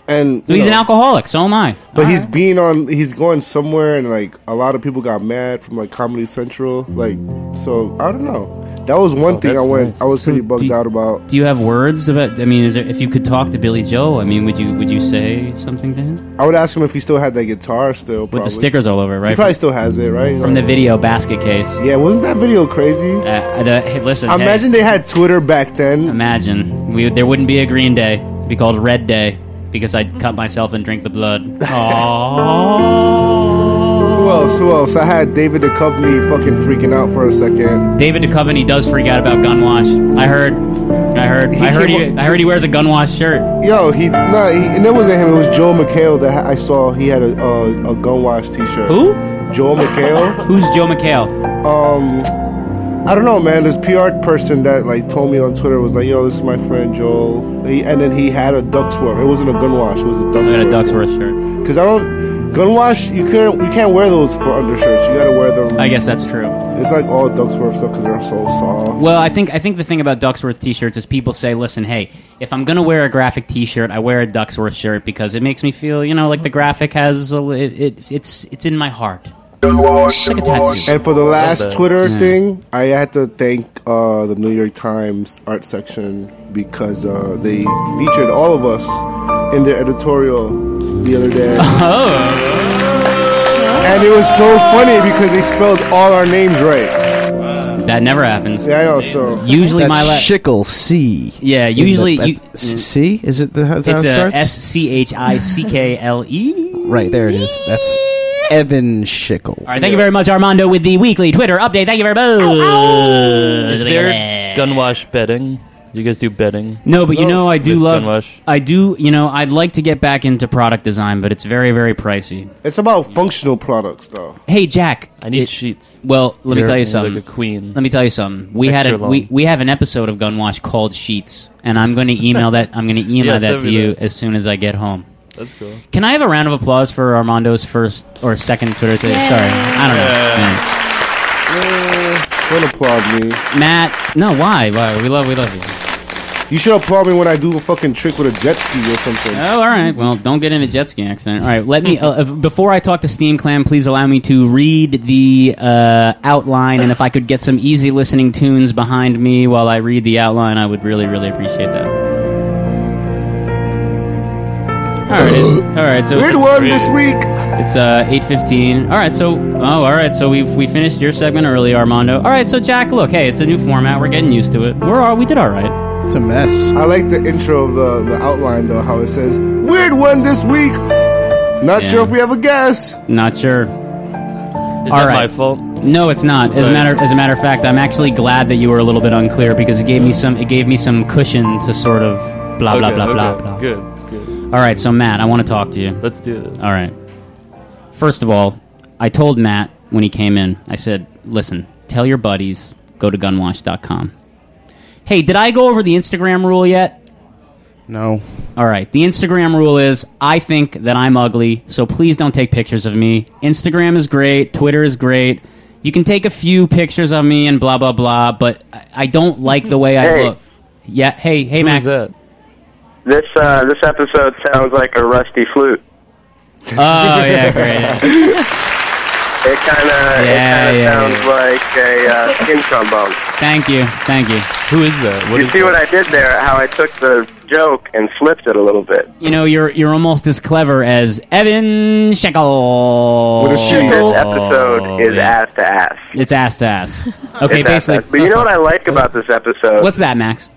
And So you he's an know, alcoholic. So am I. But he's being on. He's going somewhere, and like a lot of people got mad from like Comedy Central. Like, so I don't know. That was one Oh, thing I that's went. nice. I was So pretty bugged do- out about. Do you have words about? I mean, is there, if you could talk to Billy Joe, I mean, would you would you say something to him? I would ask him if he still had that guitar still, With probably. the stickers all over, right? He probably still has it, right? From the video basket case. Yeah, wasn't that video crazy? Uh, the, hey, listen, hey. Imagine they had Twitter back then. Imagine we there wouldn't be a Green Day. It'd be called Red Day because I'd cut myself and drink the blood. Who else? Who else? I had David Duchovny fucking freaking out for a second. David Duchovny does freak out about gunwash. I heard. I heard. I heard. came He, up- I heard he wears a gunwash shirt. Yo, he no, he, and it wasn't him. It was Joel McHale that I saw. He had a uh, a Gunwash T-shirt. Who? Joel McHale. Who's Joe McHale? Um, I don't know, man. This PR person that like told me on Twitter was like, "Yo, this is my friend Joel," he, and then he had a Ducksworth. It wasn't a Gunwash. It was a Ducksworth. I got a Ducksworth shirt. Because I don't Gunwash. You couldn't. You can't wear those for undershirts. You gotta wear them. I guess that's true. It's like all Ducksworth stuff because they're so soft. Well, I think I think the thing about Ducksworth T-shirts is people say, "Listen, hey, if I'm gonna wear a graphic T-shirt, I wear a Ducksworth shirt because it makes me feel, you know, like the graphic has a, li- it, it, it's it's in my heart." Like a tattoo. And for the last Twitter Yeah. thing, I had to thank uh, the New York Times art section because uh, they featured all of us in their editorial the other day. Oh. And it was so funny because they spelled all our names right. that never happens. Yeah, I know. So Usually That's my la- Shickle C. Yeah, In the- usually at- you- s- C is it the how it's how it a starts? S C H I C K L E. right there it is. That's Evan Shickle. All right, thank you very much, Armando, with the weekly Twitter update. Thank you very much. Uh, Is there gunwash betting? Do you guys do betting? No, but you know I do With love. gunwash? I do. You know I'd like to get back into product design, but it's very very pricey. It's about functional products, though. Hey Jack, I need sheets. Well, let me You're- tell you you're something. like a queen. Let me tell you something. We had Extra a, we long. we have an episode of Gunwash called Sheets, and I'm going to email that. I'm going to email Yes, that send to me you that. as soon as I get home. That's cool. Can I have a round of applause for Armando's first or second Twitter thing? Yay. Sorry, I don't know. Yeah. Eh, Don't applaud me. Matt, no, why? Why? We love, we love you. You should applaud me when I do a fucking trick with a jet ski or something. Oh, all right. Well, don't get in a jet ski accident. All right, let me. Uh, if- before I talk to Steam Clam, please allow me to read the uh, outline, and if I could get some easy listening tunes behind me while I read the outline, I would really, really appreciate that. All right. All right. So Weird one this week. It's uh, eight fifteen. All right, so oh, all right, so we've we finished your segment early, Armando. All right, so Jack, look, hey, it's a new format. We're getting used to it. We're all, we did all right. It's a mess. I like the intro of the, the outline though, how it says "Weird one this week." Not Yeah. sure if we have a guess. Not sure. Is All that right. my fault? No, it's not. As a Sorry. matter as a matter of fact, I'm actually glad that you were a little bit unclear because it gave me some it gave me some cushion to sort of blah blah Okay, blah blah okay. blah. Good, good. All right, so Matt, I want to talk to you. Let's do this. All right. First of all, I told Matt when he came in, I said, listen, tell your buddies, go to gunwash.com. Hey, did I go over the Instagram rule yet? No. All right. The Instagram rule is I think that I'm ugly, so please don't take pictures of me. Instagram is great, Twitter is great. You can take a few pictures of me and blah blah blah, but I- I don't like the way I Hey. look. Yeah. Hey, hey, Max. This uh, this episode sounds like a rusty flute. Oh yeah, great. It kind of Yeah, it kinda yeah, sounds like a uh, skin trombone. Thank you, thank you. Who is that? you see what I did there? How I took the joke and flipped it a little bit. You know, you're you're almost as clever as Evan Shekel. This episode is ass to ass. It's ass to ass. Oh, Okay, It's ass to basically. uh, ass. But you know what I like about this episode? What's that, Max?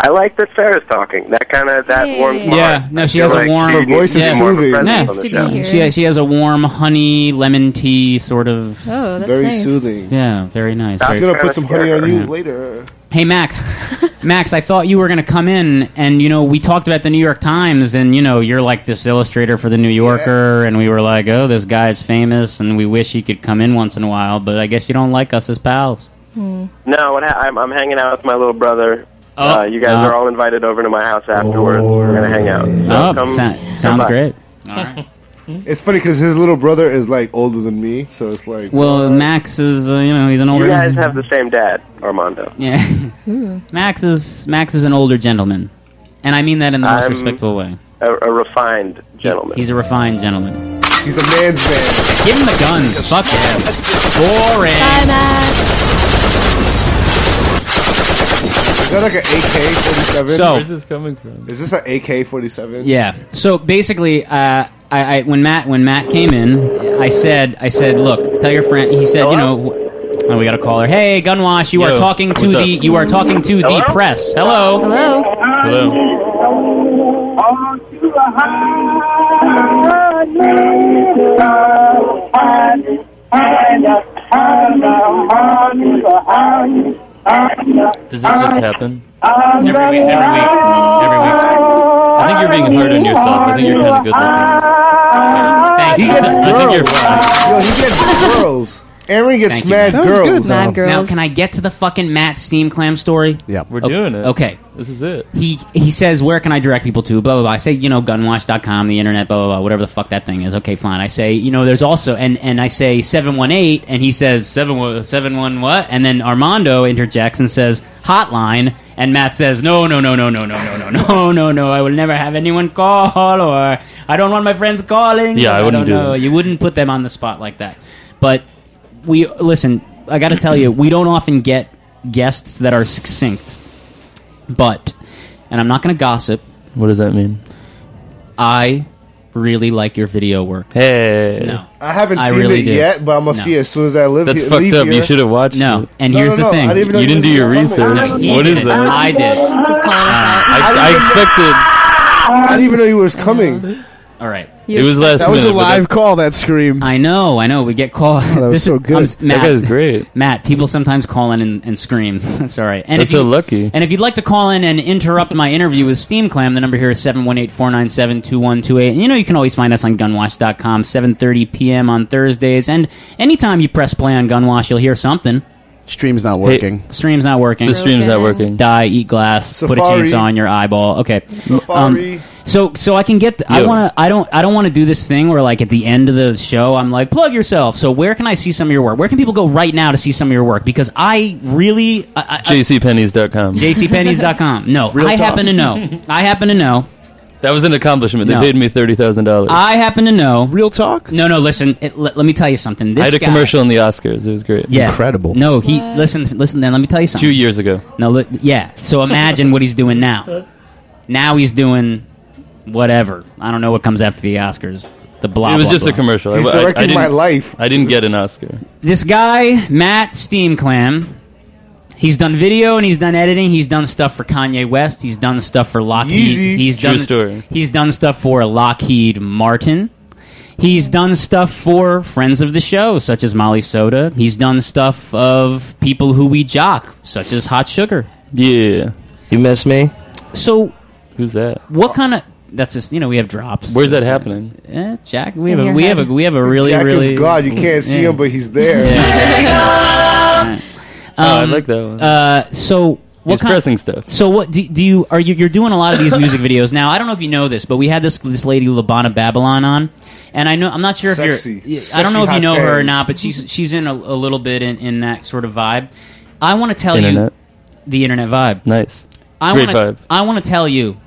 I like that Sarah's talking. That kind of that warms my Yeah, heart. no, I she feel has a like warm. she needs to be more of a presence Yeah. on the show. She she has a warm honey lemon tea sort of. Oh, that's Very nice. soothing. Yeah, very nice. She's Very- gonna put some honey on you Yeah. later. Hey Max, Max, I thought you were gonna come in, and you know we talked about the New York Times, and you know you're like this illustrator for the New Yorker, and we were like, oh, this guy's famous, and we wish he could come in once in a while, but I guess you don't like us as pals. No, what ha- I'm, I'm hanging out with my little brother. uh, you guys Oh. are all invited over to my house afterwards. We're gonna hang out. Oh, come- sa- come sounds by. great. Hmm? It's funny because his little brother is like older than me, so it's like Well, Max is uh, you know he's an older. You guys have the same dad, Armando. yeah, Max is Max is an older gentleman, and I mean that in the most I'm- respectful way. A, a refined gentleman. He's a refined gentleman. He's a man's man. Give him the gun. Fuck him. Boring. Is that like an AK forty seven? So- Where's this coming from? Is this an AK forty seven? Yeah. So basically, uh, I, I when Matt when Matt came in, I said I said, look, tell your friend. He said, you know, oh, we got a caller. Hey, Gunwash, you Yo, are talking to what's the up? you are talking to the press. Hello. Hello. Hello. Does this just happen? Every week, every week, every week. I think you're being hard on yourself. I think you're kind of good looking. Thank He you. gets I think you're girls. fine. Yo, he gets girls. Aaron gets Thank you, mad Matt. girls. Now, can I get to the fucking Matt Steam Clam story? Yeah, We're doing it. Okay. This is it. He he says, where can I direct people to? Blah blah blah. I say, you know, gunwash.com, the internet, blah blah blah, whatever the fuck that thing is. Okay, fine. I say, you know, there's also and and I say seven one eight, and he says seven one seven one what? And then Armando interjects and says hotline, and Matt says, no no no no no no no no no no no, I will never have anyone call, or I don't want my friends calling. Yeah, I don't wouldn't do know. that. You wouldn't put them on the spot like that, but we listen. I got to tell you, we don't often get guests that are succinct. But, and I'm not going to gossip. What does that mean? I really like your video work. Hey, no, I haven't I seen really it do. yet, but I'm gonna No. see it as soon as I live That's here, fucked leave up. Here. You should have watched. No, it. and No, here's no, no, the thing: I didn't even know You didn't do your research. No, he What did is it. that? I did. Just Ah, calling us out. I, I expected. I didn't even know you was coming. All right. You It was last That was a minute, but live call. That scream. I know, I know. We get called. that was so good. That Matt, guy's great. Matt, people sometimes call in and, and scream. That's all right. And That's if you, so lucky. And if you'd like to call in and interrupt my interview with Steam Clam, the number here is 718-497-2128. And you know you can always find us on gunwash.com, 7.30 p.m. on Thursdays. And anytime you press play on Gunwash, you'll hear something. Stream's not working. Stream's not working. The stream's not Broken. working. Die, eat glass, put a Safari. chainsaw on your eyeball. Okay. Safari. Um, so so I can get th- I Yo. want to I don't I don't want to do this thing where like at the end of the show I'm like plug yourself. So where can I see some of your work? Where can people go right now to see some of your work? Because I really I, I, JCPenney's.com. jcpenney's.com. No, Real I talk. happen to know. I happen to know. That was an accomplishment. They No. Ah, paid me thirty thousand dollars. I I happen to know. Real talk? No, no, listen. It, let, let me tell you something. This had a guy- commercial in the Oscars. It was great. Yeah. No, he listen listen then let me tell you something. Two years ago. No, li- yeah. So imagine what he's doing now. Now he's doing whatever. I don't know what comes after the Oscars. The blah. it was blah, just a blah. commercial. He's directing didn't- my life. I didn't get an Oscar. This guy, Matt Steam Clam, he's done video and he's done editing. He's done stuff for Kanye West. He's done stuff for Lockheed. Yeezy. He's True done story. He's done stuff for Lockheed Martin. He's done stuff for friends of the show, such as Molly Soda. He's done stuff of people who we jock, such as Hot Sugar. Yeah. You miss me? So, who's that? What kind of? That's just you know we have drops. Where's that happening? Eh, Jack, we have In a, your we head. have a we have a really Jack really is God. You can't see Yeah. him, but he's there. Oh, I like that one. Um, Uh, so what He's kind- pressing stuff. So what do, do you are you you're doing a lot of these music videos now? I don't know if you know this, but we had this this lady Labana Babylon on, and I know I'm not sure if Sexy. you're. I don't Sexy know if you hot know her or thing. not, but she's she's in a, a little bit in, in that sort of vibe. I want to tell Internet. you the internet vibe. Nice. I Great wanna, vibe. I want to tell you.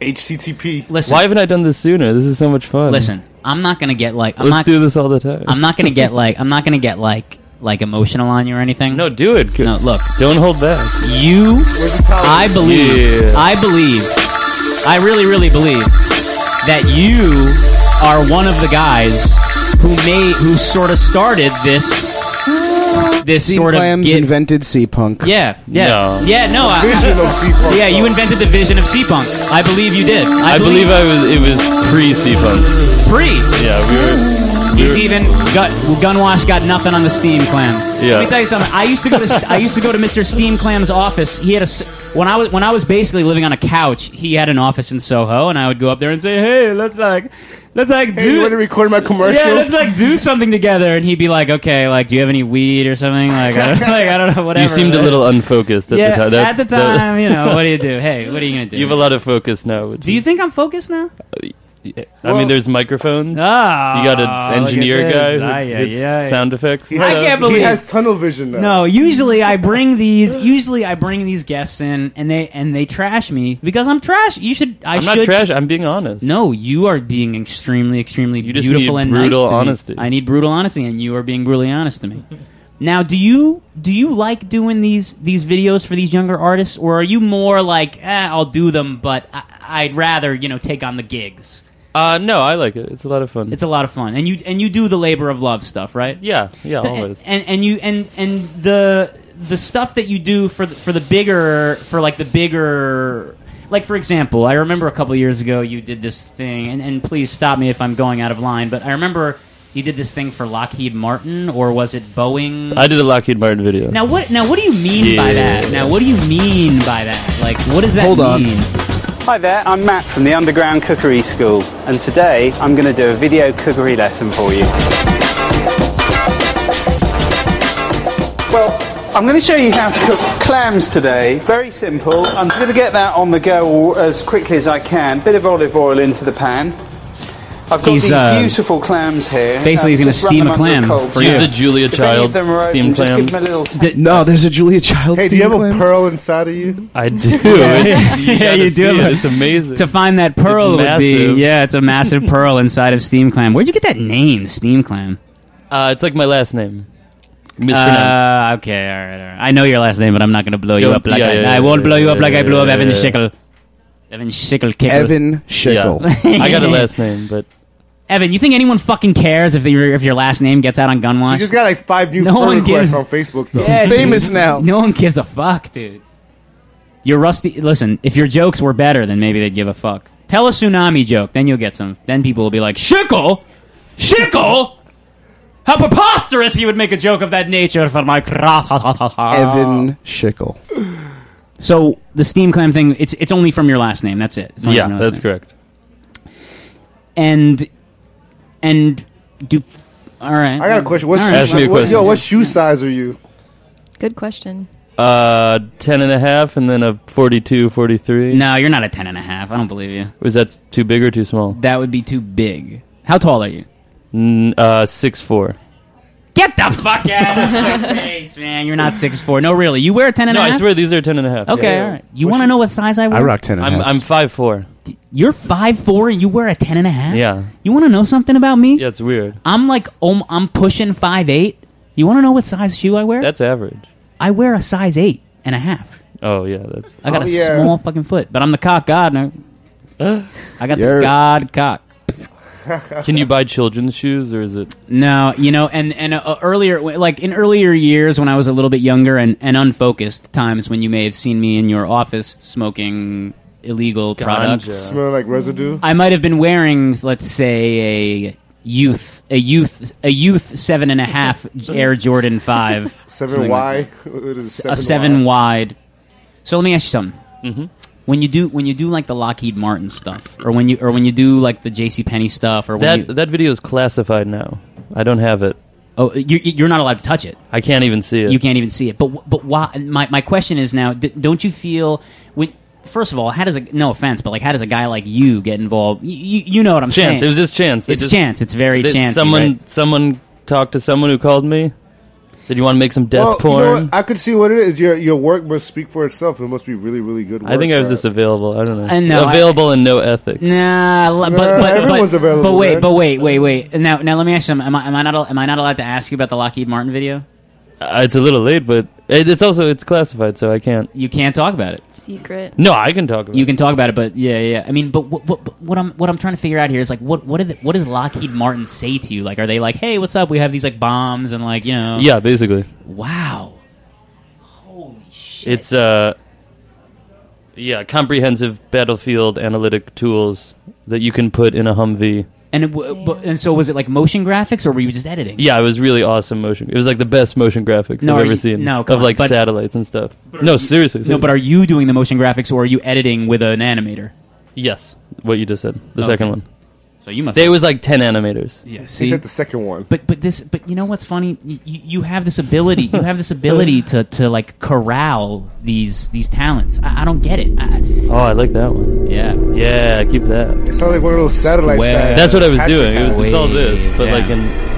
HTTP. Listen. Why haven't I done this sooner? This is so much fun. Listen, I'm not gonna get like I'm let's not do this all the time. I'm not gonna get like I'm not gonna get like like emotional on you or anything. No, do it. No, look, don't hold back. You, Where's the tolerance? I believe, Yeah. I believe, I really, really believe that you are one of the guys who made who sort of started this this Steam sort of Clams get, invented sea punk. yeah yeah yeah no I, Vision of C-punk. yeah you invented the vision of sea punk I believe you did I, believe, I was. It was pre C punk. Pre? Yeah, we were. He's even got, Gunwash got nothing on the steam clam. Yeah. Let me tell you something. I used to go to I used to go to Mr. Steam Clam's office. He had a s- when I was when I was basically living on a couch. He had an office in Soho, and I would go up there and say, "Hey, let's like let's like Hey, you do want to record my commercial? yeah, let's like do something together." And he'd be like, "Okay, like do you have any weed or something? Like I don't, like, I don't know whatever." You seemed a little unfocused at yeah, the time. at the time, you know, what do you do? Hey, what are you gonna do? You have a lot of focus now. Which do you think I'm focused now? I mean, there's microphones. you got an Ah, look at engineer this. guy who Aye, aye, hits aye. sound effects. and I stuff. can't believe he has tunnel vision now. No, usually I bring these. Usually I bring these guests in, and they and they trash me because I'm trash. You should. I I'm should, not trash. I'm being honest. No, you are being extremely, extremely you just beautiful need and brutal nice to me. honesty. I need brutal honesty, and you are being brutally honest to me. now, do you do you like doing these these videos for these younger artists, or are you more like eh, I'll do them, but I, I'd rather you know take on the gigs? Uh, no, I like it. It's a lot of fun. It's a lot of fun, and you and you do the labor of love stuff, right? Yeah, yeah, D- always. And and you and and the the stuff that you do for the, for the bigger for like the bigger like for example, I remember a couple years ago you did this thing, and and please stop me if I'm going out of line, but I remember you did this thing for Lockheed Martin, or was it Boeing? I did a Lockheed Martin video. Now what? Now what do you mean by that? Yeah. Now what do you mean by that? Like what does that Hold on. mean? Hi there, I'm Matt from the Underground Cookery School, and today I'm going to do a video cookery lesson for you. Well, I'm going to show you how to cook clams today. Very simple. I'm going to get that on the go as quickly as I can. Bit of olive oil into the pan. I've got He's, these uh, beautiful clams here. basically he's Um, gonna just run steam them a under clam cold for pan. you. The Julia If any Child of them are open, steamed just give clam. them a little no, there's a Julia Child. Hey, do you steam have cleanse? a pearl inside of you? I do. Yeah, You gotta you see do. it. It's amazing. To find that pearl It's would be massive. yeah, it's a massive pearl inside of Steam Clam. Where'd you get that name, Steam Clam? Uh, it's like my last name. Mispronounced. Uh, okay, all right, all right. I know your last name, but I'm not going to blow you Don't- up like yeah, I, yeah, I yeah, won't blow you up yeah, like I blew up yeah, Evan yeah. Schickel. Evan Schickel Kickle. Evan Schickel. I got a last name, but Evan, you think anyone fucking cares if your if your last name gets out on Gunwash? You just got like five new No friend one requests gives- on Facebook though. Yeah, dude. No one gives a fuck, dude. You're rusty. Listen, if your jokes were better, then maybe they'd give a fuck. Tell a tsunami joke, then you'll get some. Then people will be like, Shickle? Shickle? How preposterous he would make a joke of that nature for my Evan Schickel. So the steam clam thing, it's it's only from your last name. That's it. It's only yeah, from your last that's name. correct. And and do all right. I got a question. What's All Ask me a what- question. Yo, what shoe size are you? Good question. Uh, 10 and a half and then a 42, 43. No, you're not a 10 and a half. I don't believe you. Was that too big or too small? That would be too big. How tall are you? N- uh, six four. Get the fuck out of my face, man! You're not six four. No, really. You wear a ten and a no, half. I swear these are 10 and a half. Okay, all right. You want to know what size I wear? I'm, I'm five four. You're five four, and you wear a ten and a half. Yeah. You want to know something about me? Yeah, it's weird. I'm like, um, I'm pushing five eight. You want to know what size shoe I wear? That's average. I wear a size eight and a half. Oh, yeah, that's. I got Oh, a yeah. small fucking foot, but I'm the cock god. and I I got You're- the god cock. Can you buy children's shoes or is it. No, you know, and and uh, earlier, like in earlier years when I was a little bit younger and, and unfocused, times when you may have seen me in your office smoking illegal products. Smell like residue. I might have been wearing, let's say, a youth, a youth, a youth seven and a half Air Jordan five, Seven something like Y. it is that. a seven seven Mm-hmm. Y. wide. So let me ask you something. Mhm. When you do when you do like the Lockheed Martin stuff, or when you or when you do like the J.C. Penney stuff, or when That, you, that video is classified now. I don't have it. Oh, you, you're not allowed to touch it. I can't even see it. You can't even see it. But wh- but why? My my question is now: d- Don't you feel when? First of all, how does a no offense, but like how does a guy like you get involved? You, you know what I'm saying? chance. It was just chance. They It's just- chance. It's very they- chance. Someone, someone talked to someone who called me. Said you want to make some death Well, you know porn. what? I could see what it is. Your your work must speak for itself. It must be really really good. Work, I think I was uh, just available. I don't know. I know, I- available and no ethics. Nah, l- but, Nah, but, but- everyone's available, But wait, man. but wait, wait, wait. Now, now let me ask you: something. Am I, am I not al- am I not allowed to ask you about the Lockheed Martin video? Uh, it's a little late, but it, it's also it's classified, so I can't. You can't talk about it. Secret. No, I can talk about. You can talk about it, but yeah, yeah. I mean, but what, what, what I'm what I'm trying to figure out here is like, what what, are the, what does Lockheed Martin say to you? Like, are they like, hey, what's up? We have these like bombs and like you know, Yeah, basically. Wow. It's uh, yeah, comprehensive battlefield analytic tools that you can put in a Humvee And it w- but, and so was it like motion graphics or were you just editing? Yeah, it was really awesome motion. It was like the best motion graphics No, I've are ever you- seen. no, come of on, like but- satellites and stuff. No, seriously, No, but are you doing the motion graphics or are you editing with an animator? Yes, what you just said, the Okay. second one. So you must. There was like ten animators. Yeah, He said the uh, second one. But but this but you know what's funny? You, you you have this ability. You have this ability to, to like corral these these talents. I, I don't get it. I, Oh, I like that one. Yeah, yeah, keep that. It sounds like one of those satellites. that That's what I was Patrick doing. It had. was it's all this, but Yeah. like in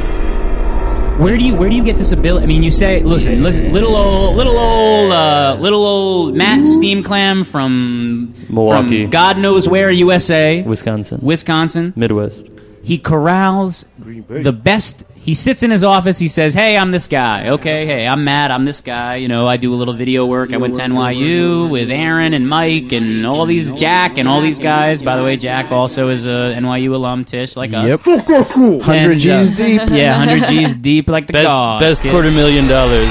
Where do you where do you get this ability? I mean, you say, listen, listen, little old, little old, uh, little old Matt Steam Clam from Milwaukee. from God knows where, USA, Wisconsin, Wisconsin, Midwest. He corrals the best. He sits in his office. He says, "Hey, I'm this guy. Okay, hey, I'm Matt. I'm this guy. You know, I do a little video work. I went to NYU with Aaron and Mike and all these Jack and all these guys. By the way, Jack also is a NYU alum, Tish, like us. Yep. Fuck off school. 100 And, uh, G's deep. Yeah, 100 G's deep like the best dog. best kid. quarter million dollars.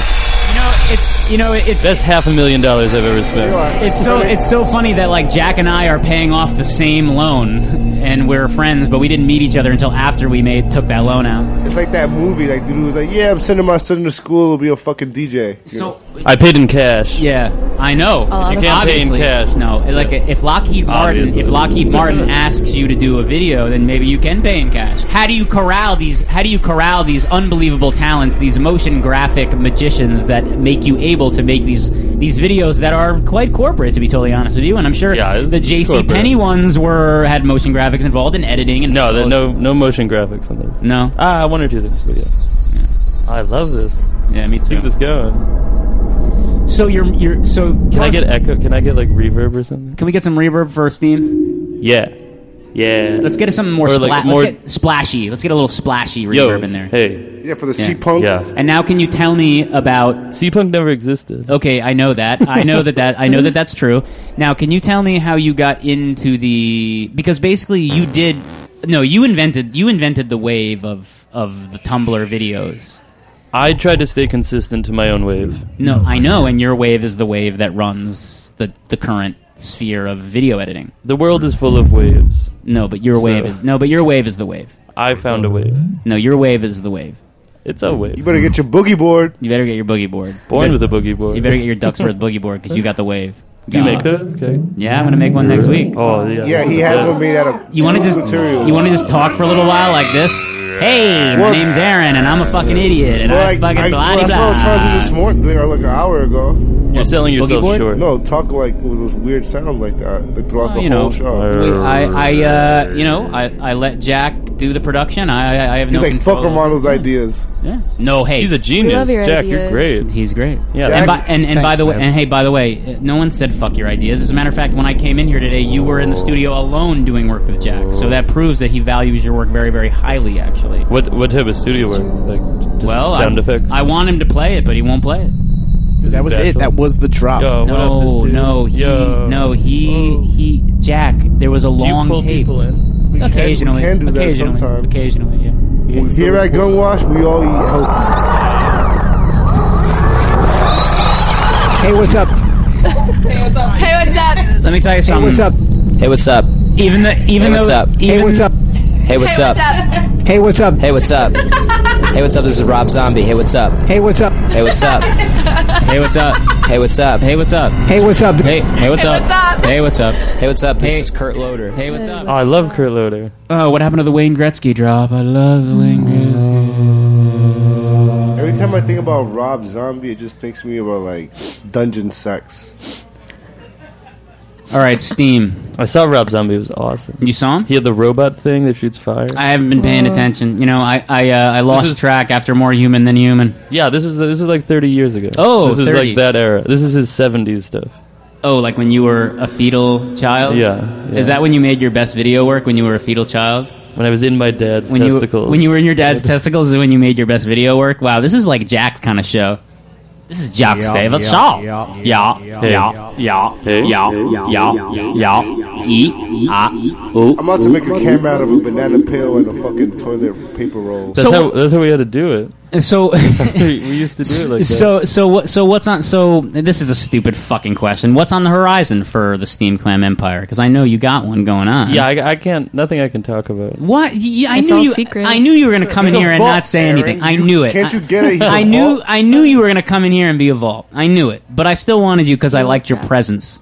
You know, it's you know, it's best half a million dollars I've ever spent. It's so it's so funny that like Jack and I are paying off the same loan and we're friends, but we didn't meet each other until after we made took that loan out. It's like that movie. Like dude was like, "Yeah, I'm sending my son to school to be a fucking DJ." You know? I paid in cash. Yeah, I know. lot You of can't pay in Obviously. cash. No, like if Lockheed Martin, if Lockheed Martin asks you to do a video, then maybe you can pay in cash. How do you corral these? How do you corral these unbelievable talents, these motion graphic magicians that make you able to make these these videos that are quite corporate, to be totally honest with you? And I'm sure the J.C. corporate. Penney ones were had motion graphics involved in editing and No, there no no motion graphics on this. No. Ah, one or two things, but yeah. I love this. Yeah, me too. Keep this going. So you're you're so Can I get echo? Can I get like reverb or something? Can we get some reverb for Steam? Yeah, yeah. Let's get something more, Or, spla- like, more- Let's get splashy. Let's get a little splashy reverb Yo, in there. Hey. Yeah, for the Yeah. C-punk. Yeah. And now, can you tell me about C Punk never existed? Okay, I know that. I know that that I know that that's true. Now, can you tell me how you got into the because basically you did no, you invented you invented the wave of of the Tumblr videos. I tried to stay consistent to my own wave. No, I know, and your wave is the wave that runs the the current sphere of video editing. The world is full of waves. No, but your So- wave is no, but your wave is the wave. I found a wave. No, your wave is the wave. It's a wave. You better get your boogie board. You better get your boogie board. Born You with bet- a boogie board. You better get your Ducksworth boogie board because you got the wave. Do you Nah. make that? Okay. Yeah, I'm gonna make one next week. Oh yeah. Yeah, he has one made out of. You want to just you want to just talk for a little while like this? Hey, my Well- name's Aaron, and I'm a fucking idiot, and Well, I'm I, I, fucking blah well, de that's what I was trying to do this blah. morning, like, or like an hour ago. You're selling Boogie yourself board? short. No, talk like with those weird sounds like that, like throughout the You know, whole show. we- I, I uh, you know, I, I let Jack do the production. I, I- I have He's no like, control. fuck Romano's ideas. Yeah. No, hey, He's a We genius. love your Jack, you're ideas. great. He's great. Yeah. and by, and, and by Thanks, the way, man. and hey, by the way, uh, no one said fuck your ideas. As a matter of fact, when I came in here today, you were in the studio alone doing work with Jack, so that proves that he values your work very, very highly. Actually, What what type of studio work? Like just well, sound I, effects. I want him to play it, but he won't play it. That was it. That was the drop. Yo, what up, No, this dude? no, he, Yo. no, he, he, Jack. There was a Do you long pull tape. people in? We can- occasionally, we can do that occasionally, sometimes. occasionally, yeah. Here at Gunwash, we all eat healthy. Hey, what's up? Hey, what's up? Hey, what's up? Let me tell you something. what's up? Hey, what's up? Even the even hey, what's though- up? even- Hey, what's up? Hey, what's up? Hey, what's up? Hey, what's up? Hey, what's up? This is Rob Zombie. Hey, what's up? Hey, what's up? Hey, what's up? Hey, what's up? Hey, what's up? Hey, what's up? Hey, what's up? Hey, hey, what's up? Hey, what's up? Hey, what's up? This Hey. is Kurt Loder. Hey, what's up? Oh, I love Kurt Loder. Oh, what happened to the Wayne Gretzky drop? I love the Wayne Gretzky. Every time I think about Rob Zombie, it just thinks me about like dungeon sex. All right, Steam. I saw Rob Zombie. It was awesome. You saw him? He had the robot thing that shoots fire. I haven't been paying attention. You know, I I uh, I lost is- track after more human than human. yeah, this was this was like 30 years ago. Oh, this was 30. like that era. This is his 70s stuff. Oh, like when you were a fetal child. Yeah, Is that when you made your best video work? When you were a fetal child? When I was in my dad's When testicles. you when you were in your dad's testicles is when you made your best video work. Wow, this is like Jack's kind of show. This is Jack's Yeah, favorite yeah, show. yeah, Yeah, yeah, yeah, yeah, yeah, Hey. yeah, yeah, yeah. Eat, ah, ooh. I'm about to make a camera out of a banana peel and a fucking toilet paper roll. That's how that's how we had to do it. So we used to do it like that. so so what so what's on so this is a stupid fucking question. What's on the horizon for the Steam Clam Empire? Because I know you got one going on. yeah, I, I can't. Nothing I can talk about. What? Y- Yeah, I It's knew all you. secret. I knew you were going to come He's in a here and vault, not say Aaron. anything. I You- knew it. can't I- you get it? He's a I knew. vault. I knew you were going to come in here and be a vault. I knew it, but I still wanted you because I liked your presence.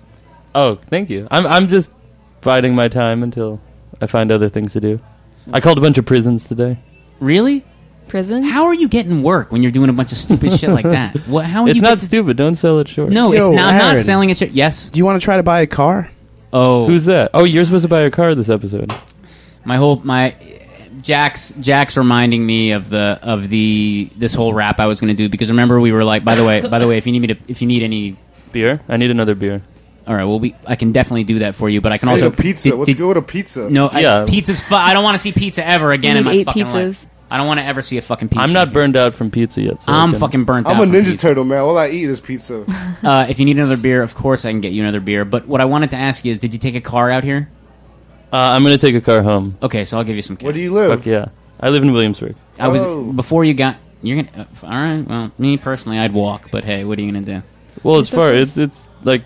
Oh, thank you. I'm I'm just biding my time until I find other things to do. I called a bunch of prisons today. Really? Prison? How are you getting work when you're doing a bunch of stupid shit like that? What? How? Are it's you not get- stupid. Don't sell it short. No, it's not. I'm not selling it. Shit. Yes. Do you want to try to buy a car? Oh, who's that? Oh, you're supposed to buy a car this episode. My whole my Jack's Jack's reminding me of the of the this whole rap I was going to do because remember we were like by the way by the way if you need me to if you need any beer I need another beer. All right, well we I can definitely do that for you, but I can Say also the pizza. Did- Let's did- go with a pizza. No, I, pizza's. Fu- I don't want to see pizza ever again We in my need eight fucking pizzas. life. I don't want to ever see a fucking pizza. I'm not burned out from pizza yet. So I I'm can- fucking burnt I'm out. a from Ninja pizza. Turtle, man. All I eat is pizza. Uh, if you need another beer, of course I can get you another beer. But what I wanted to ask you is, did you take a car out here? Uh, I'm gonna take a car home. Okay, so I'll give you some. Cash. Where do you Fuck yeah! I live in Williamsburg. I was Oh. before you got. You're gonna. Uh, f- all right. Well, me personally, I'd walk. But hey, what are you gonna do? Well, it's far. It's it's like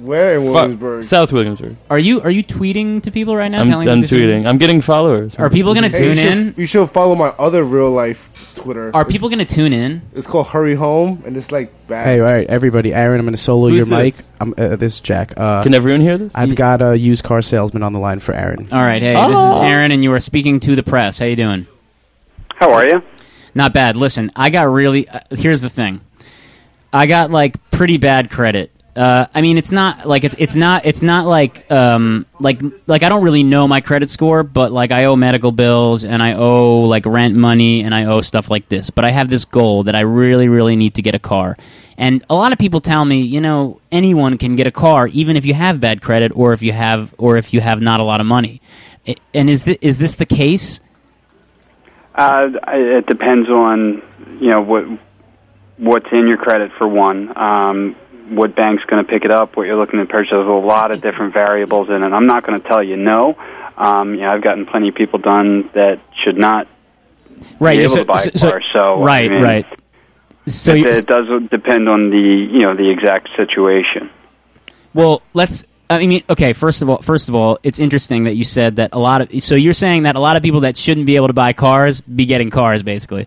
Where in fu- Williamsburg? South Williamsburg. Are you are you tweeting to people right now? I'm telling done them to tweet? tweeting. I'm getting followers. Are people gonna Hey, you tune should- in? You should follow my other real life Twitter. Are It's- people gonna tune in? It's called Hurry Home, and it's like bad. Hey, all right, everybody. Aaron, I'm going to solo Who's your this? mic. I'm, uh, this is Jack. Uh, Can everyone hear this? I've got a used car salesman on the line for Aaron. All right. Hey, Oh. Ah. this is Aaron, and you are speaking to the press. How you doing? How are you? Not bad. Listen, I got really. Uh, here's the thing, I got like pretty bad credit. Uh, I mean, it's not like it's it's not it's not like um like like I don't really know my credit score, but like I owe medical bills and I owe like rent money and I owe stuff like this. But I have this goal that I really really need to get a car. And a lot of people tell me, you know, anyone can get a car, even if you have bad credit or if you have or if you have not a lot of money. I- And is this, is this the case? Uh, I- it depends on you know what what's in your credit for one. Um, what bank's going to pick it up? What you're looking to purchase? There's a lot of different variables in it. I'm not going to tell you no. Um, you know, I've gotten plenty of people done that should not Right, be yeah, able so- to buy a so- car. So right, I mean, right. So it, you- it does depend on the you know the exact situation. Well, let's. I mean, okay. First of all, first of all, it's interesting that you said that a lot of. So you're saying that a lot of people that shouldn't be able to buy cars be getting cars, basically.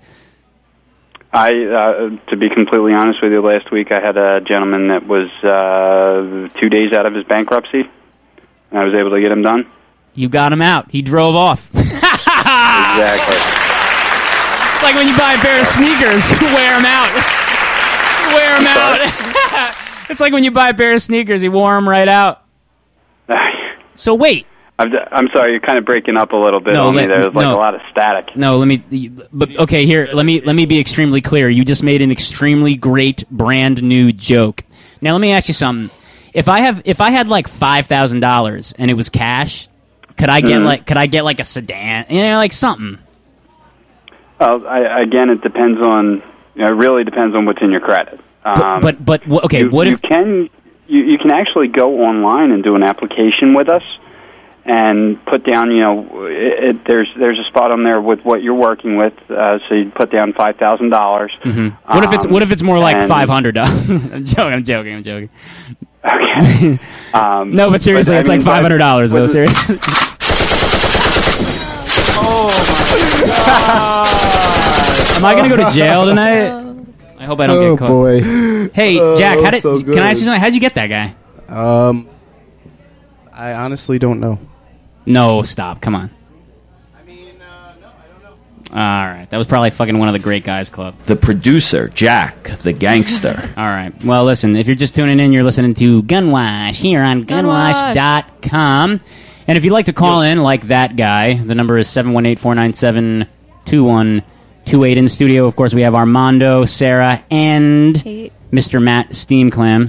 I, uh, to be completely honest with you, last week I had a gentleman that was uh, two days out of his bankruptcy, and I was able to get him done. You got him out. He drove off. Exactly. It's like when you buy a pair of sneakers, wear them out. wear them out. it's like when you buy a pair of sneakers, you wore them right out. So wait. I'm, I'm sorry, you're kind of breaking up a little bit No, on me let- there. There's like a no. lot of static. No, let me. you- But okay, here. Let me let me be extremely clear. You just made an extremely great brand new joke. Now let me ask you something. If I have if I had like five thousand dollars and it was cash, could I get Mhm. like could I get like a sedan? You know, like something. Uh, I, again, it depends on. You know, it really depends on what's in your credit. Um, but but wh- okay, you, what you if can you, you can actually go online and do an application with us and put down you know it, it, there's there's a spot on there with what you're working with uh, so you put down five thousand dollars Mhm. what if it's um, what if it's more like and- five hundred dollars? I'm joking. I'm joking. I'm joking. Okay. Um, no, but seriously, I it's mean, like five hundred dollars though. with- Seriously. Am I gonna go to jail tonight? I hope I don't Oh, get caught. boy. Hey, Oh, Jack, how that did, was so can I ask good. you something? How'd you get that guy? Um, I honestly don't know. No, Oh, stop. Come on. All right, that was probably fucking one of the great guys club. The producer, Jack, the gangster. All right. Well, listen, if you're just tuning in, you're listening to Gunwash here on gunwash.com. And if you'd like to call in like that guy, the number is 718-497-2128 in the studio. Of course, we have Armando, Sarah, and Mr. Matt Steamclam,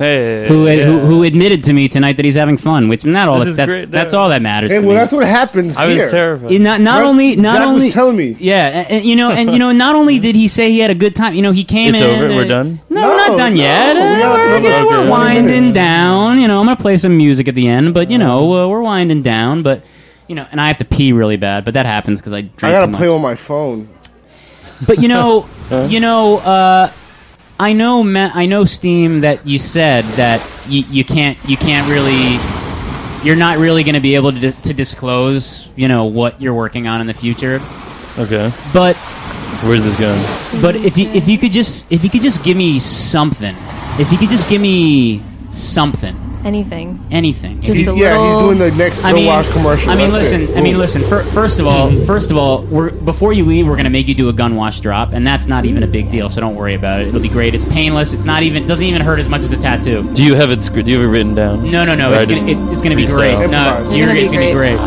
who, yeah. who who admitted to me tonight that he's having fun, which not all This that, is that's, great, that's all that matters. Hey, to well, me. that's what happens. I was here. terrified. Yeah, not- not Jack- only- not Jack only- was telling me. Yeah, and, and, you know, and you know, not only did he say he had a good time, you know, he came It's in. over? uh, We're done? No, we're not No, Oh, done yet. no, we Uh, got we're, another we're 20 winding minutes. down. You know, I'm gonna play some music at the end, but you know, uh, we're winding down. But you know, and I have to pee really bad, but that happens because I drink. I gotta too play much. on my phone. But you know, you know, uh, I know, ma- I know, Steam. That you said that you, you can't, you can't really, you're not really going to be able to, di- to disclose, you know, what you're working on in the future. Okay. But Where's this going? But if you if you could just if you could just give me something, if you could just give me something, Anything. anything. Just He- a yeah, he's little- doing the next I mean- Gunwash commercial, I mean, that's listen. it. Mm-hmm. I mean, listen. fir- first of all, first of all, we're, before you leave, we're gonna make you do a gun wash drop, and that's not even a big deal. So don't worry about it. It'll be great. It's painless. It's not even doesn't even hurt as much as a tattoo. Do you have it? scr- Do you have it written down? No, no, no. Or I It's just gonna, it, it's gonna be freestyle? great. No, you're it's gonna be great.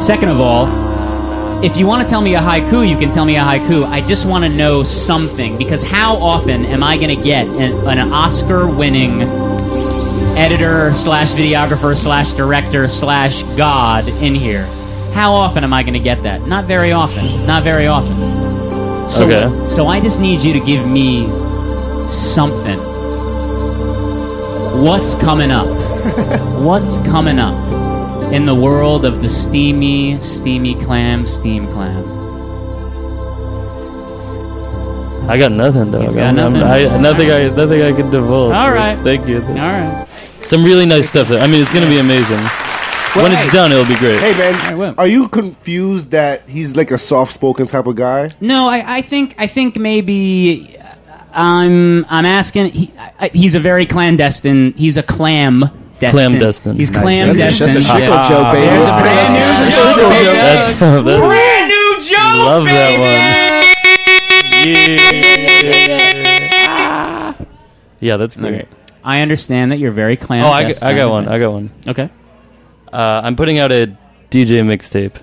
Second of all, if you want to tell me a haiku, you can tell me a haiku. I just want to know something because how often am I going to get an, an Oscar-winning editor slash videographer slash director slash god in here? How often am I going to get that? Not very often. Not very often. So, Okay. So I just need you to give me something. What's coming up? What's coming up in the world of the steamy, steamy clam, steam clam? I got nothing, dog. He's got I'm- I'm- nothing. I, nothing. I nothing I can divulge. All right. Thank you. All right. Some really nice stuff. There. I mean, it's gonna be amazing. when hey. it's done, it'll be great. Hey man, are you confused that he's like a soft-spoken type of guy? No, I, I think I think maybe uh, I'm I'm asking. He, I, I- he's a very clandestine. He's a clam. Destin. Clandestine. He's Nice. clam That's a- destin. that's a Chico Yeah. joke, baby. There's a Wow. brand That's a new Chico joke, joke. baby. That's- that- brand new joke, Love that baby. Yeah, that's great. I understand that you're very clam. Oh, I, got- I got one. I got one. Okay. Uh, I'm putting out a DJ mixtape.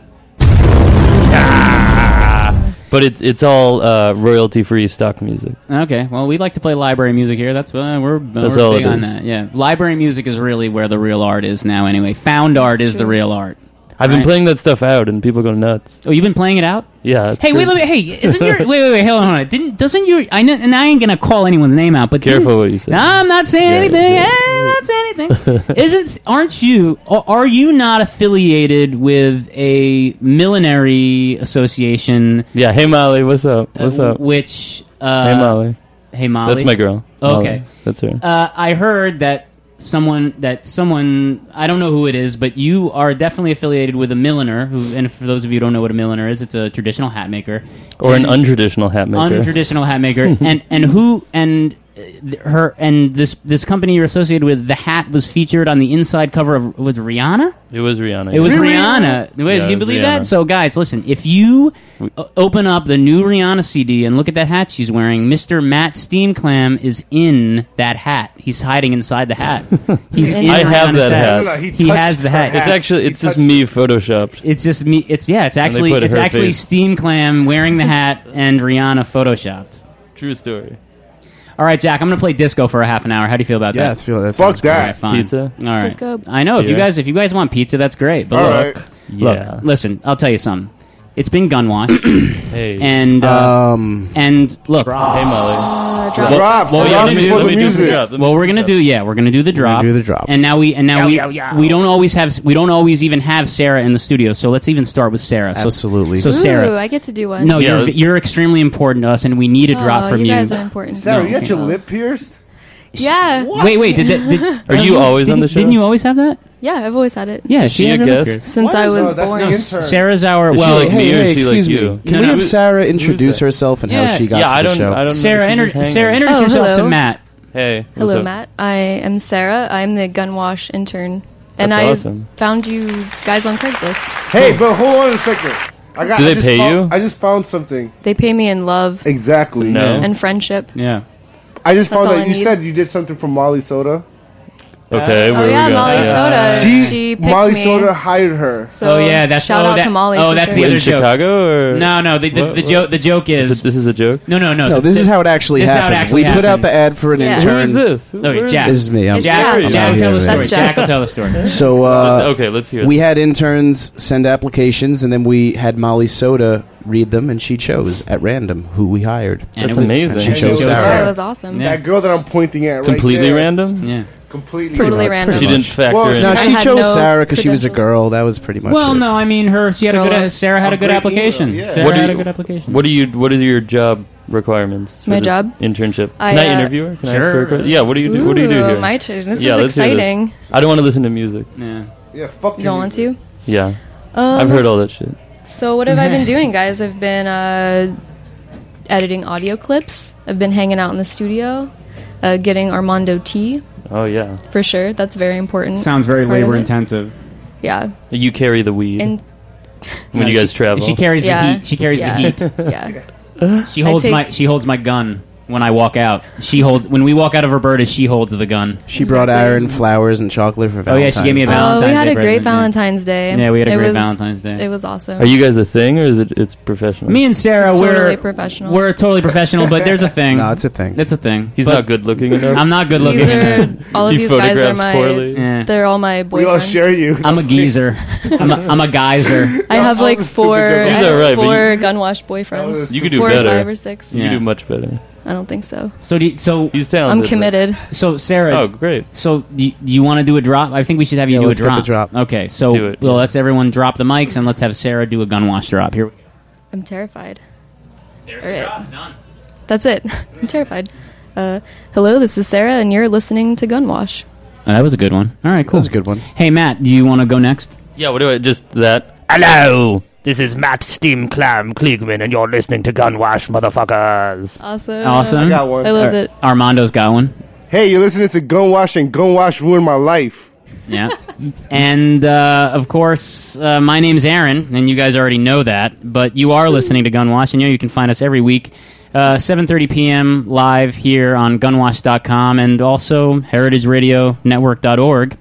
But it's it's all uh, royalty free stock music. Okay. Well, we like to play library music here. That's uh, we're That's we're all big it on is. that. Yeah, library music is really where the real art is now. Anyway, found art is the real art. I've been Right. playing that stuff out, and people go nuts. Oh, you've been playing it out? Yeah. it's hey, wait, great. wait, hey! Isn't your wait, wait, wait? Hold on, hold on. Didn't doesn't your I kn- and I ain't gonna call anyone's name out, but didn't- Careful what you say. No, I'm not saying anything. Eh, I'm not saying anything. Isn't aren't you? a- Are you not affiliated with a millinery association? Yeah. Hey, Molly. What's up? uh, What's up? Which uh, hey, Molly. Hey Molly. That's my girl. Molly. Okay. That's her. Uh, I heard that someone that someone I don't know who it is, but you are definitely affiliated with a milliner. Who, and for those of you who don't know what a milliner is, it's a traditional hat maker Or an And- untraditional hat maker. untraditional hat maker, and and who and uh, th- her and this this company you're associated with. The hat was featured on the inside cover of was Rihanna. it was Rihanna. It was yeah. Rihanna. Wait, Yeah, do you it was believe Rihanna. that? So, guys, listen. If you o- open up the new Rihanna CD and look at that hat she's wearing, Mr. Matt Steamclam is in that hat. He's hiding inside the hat. He's in I Rihanna's have that hat. hat. He, has the hat. It's actually it's just me photoshopped. It's just me. It's yeah. It's And they actually put it's her actually face. Steamclam wearing the hat and Rihanna photoshopped. True story. All right, Jack. I'm gonna play disco for a half an hour. How do you feel about Yeah, that? let's feel- that All sounds right, great. fine. Pizza? All right. Disco. I know. If you Yeah. guys, if you guys want pizza, that's great. But All look, right. look, Yeah. listen. I'll tell you something. It's been gun wash. hey. And uh, Um, and look. Drops. Hey, Molly. Molly. Uh, drops. Drops. Drops before the music. Well, we're gonna do yeah, we're gonna do the drop. do the drops. And now we and now Yo, we yo, yo. we don't always have we don't always even have Sarah in the studio. So let's even start with Sarah. So, Absolutely. So Ooh, Sarah. I get to do one. No, you're, you're extremely important to us, and we need a drop Oh, from you you. guys are important. Sarah, No, you got okay. your lip pierced? Yeah. Wait, wait. Did that? Did, Are you always on didn't- the show? Didn't you always have that? yeah, I've always had it. Yeah, Is she had her a lip guest? pierced. Since I was born. Sarah's our Is she well. like me or is she like you? Can we have Sarah Who is introduce that? herself and how Yeah. she got Yeah, to I the don't- show? I don't know. Sarah, She's inter- just hanging. Sarah, introduce Oh, yourself to hello. Matt. Hey. what's Hello, up? Matt. I am Sarah. I'm the gun wash intern. and That's I awesome. found you guys on Craigslist. Hey, but hold on a second. I got, Do I they just pay found- you? I just found something. They pay me in love Exactly. No. and friendship. Yeah. I just That's found all out I you need. said you did something for Molly Soda. Okay. Oh, where yeah, we going? Molly Soda. She, She picked Molly me. Soda hired her. So oh yeah, that's shout oh, out that, to Molly. Oh, for that's sure. the In other joke. Chicago or No, no. The, the, What- the what- joke. The joke is, Is it- this is a joke. no, no, no. No, this the- is how it actually this is how it happened. actually we put out happened. the ad for an Yeah. intern. Who is this? Who- Okay, where is Jack. This is me. I'm It's Jack, Jack. Jack, Jack. will tell the That's story. Jack. Jack will tell the story. So uh, Let's- okay, let's hear it. We had interns send applications, and then we had Molly Soda read them, and she chose at random who we hired. And That's it was- amazing. She And it chose was Sarah. That her. was awesome. Yeah. That girl that I'm pointing at right Completely there. random. Yeah. completely Totally random. She didn't factor well, in. No, I she had chose no Sarah because she was a girl. That was pretty much. Well, it. no, I mean her. She had a good. e, Sarah had a good application. Sarah What do had a you- good application. What do you? What is your job requirements? for My this job? internship. I, Can I uh, interview her? Can I ask Sure. her a question? Yeah. What do you do? what do you do Ooh, here? my turn. This yeah, is let's hear exciting. I don't want to listen to music. Yeah. Yeah, fuck You don't want to? Yeah. Um, I've heard all that shit. So what have I been doing, guys? I've been uh, editing audio clips. I've been hanging out in the studio, uh, getting Armando tea Oh yeah. for sure. That's very important. Sounds very part of labor it. intensive. Yeah. You carry the weed And when No, you guys she- travel. She carries Yeah. the heat. She carries Yeah. the heat. yeah. She I holds take- my she holds my gun when I walk out. She holds when we walk out of Roberta. She holds the gun. She brought Aaron flowers and chocolate for Oh, yeah, Valentine's. she gave me a Day. Valentine's Oh, we had Day a great present, yeah. Valentine's Day. Yeah, we had a It great was- Valentine's Day. It was awesome. Are you guys a thing or is it? It's professional. Me and Sarah, It's we're totally professional. We're totally professional, but there's a thing. No, it's a thing. It's a thing. He's not good looking enough. I'm not good looking. These enough. are all of He these guys are photographs my. poorly. Yeah. They're all my boyfriends. you. I'm a geezer. I'm a, I'm a geyser. I have like four, joke. These I are have right, but four you- gunwash boyfriends. You could do four better. Or five or six. You could do much better. I don't think so. So do you, so he's talented, I'm committed. So Sarah, Oh, great. So do you, do you want to do a drop? I think we should have you Yeah, do let's a get the drop. drop. Okay, so Do it, well, let's everyone drop the mics and let's have Sarah do a gun wash drop. Here we go. I'm terrified. All right. That's it. I'm terrified. Uh, hello, this is Sarah, and you're listening to Gunwash. Uh, that was a good one. All right, cool. That was a good one. Hey Matt, do you want to go next? Yeah, what do I just that? Hello, this is Matt Steam Clam Kliegman, and you're listening to Gunwash, motherfuckers. Awesome. Awesome. Uh, I got one. I loved Ar- it. Armando's got one. Hey, you're listening to Gunwash, and Gunwash ruined my life. Yeah. and uh, of course, uh, my name's Aaron, and you guys already know that, but you are listening to Gunwash, and you know you can find us every week. Uh, 7.30 p.m. live here on gunwash.com and also heritageradionetwork.org.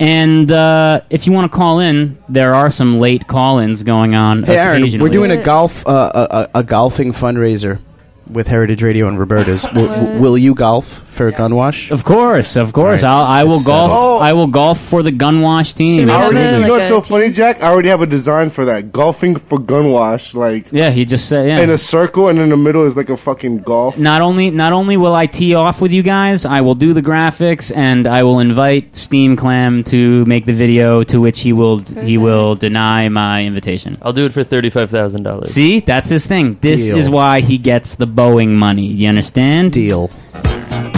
And uh, if you want to call in, there are some late call-ins going on Hey Aaron, we're occasionally. doing a golf uh, a, a, a golfing fundraiser with Heritage Radio and Roberta's. Will, What? will you golf for Gunwash? Of course, of course. I'll, I will It's uh, Oh. golf. settled. I will golf for the Gunwash team. I already, Absolutely. you know what's so funny, Jack? I already have a design for that. Golfing for Gunwash, like yeah, he just said yeah. in a circle, and in the middle is like a fucking golf. Not only not only will I tee off with you guys, I will do the graphics and I will invite Steam Clam to make the video to which he will he will deny my invitation. I'll do it for thirty-five thousand dollars. See, that's his thing. This Deal. is why he gets the Boeing money. You understand? Deal.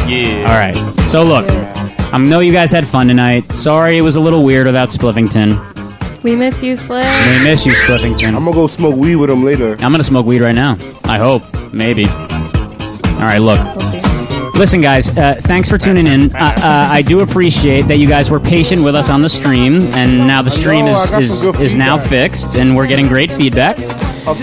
Yeah. All right. So look, I know you guys had fun tonight. Sorry it was a little weird without Spliffington. We miss you, Split. We miss you, Spliffington. I'm gonna go smoke weed with him later. I'm gonna smoke weed right now. I hope. Maybe. All right. Look. Listen, guys, uh, thanks for tuning in. Uh, uh, I do appreciate that you guys were patient with us on the stream, and now the stream know, I got is, some is, good is now fixed, and we're getting great feedback.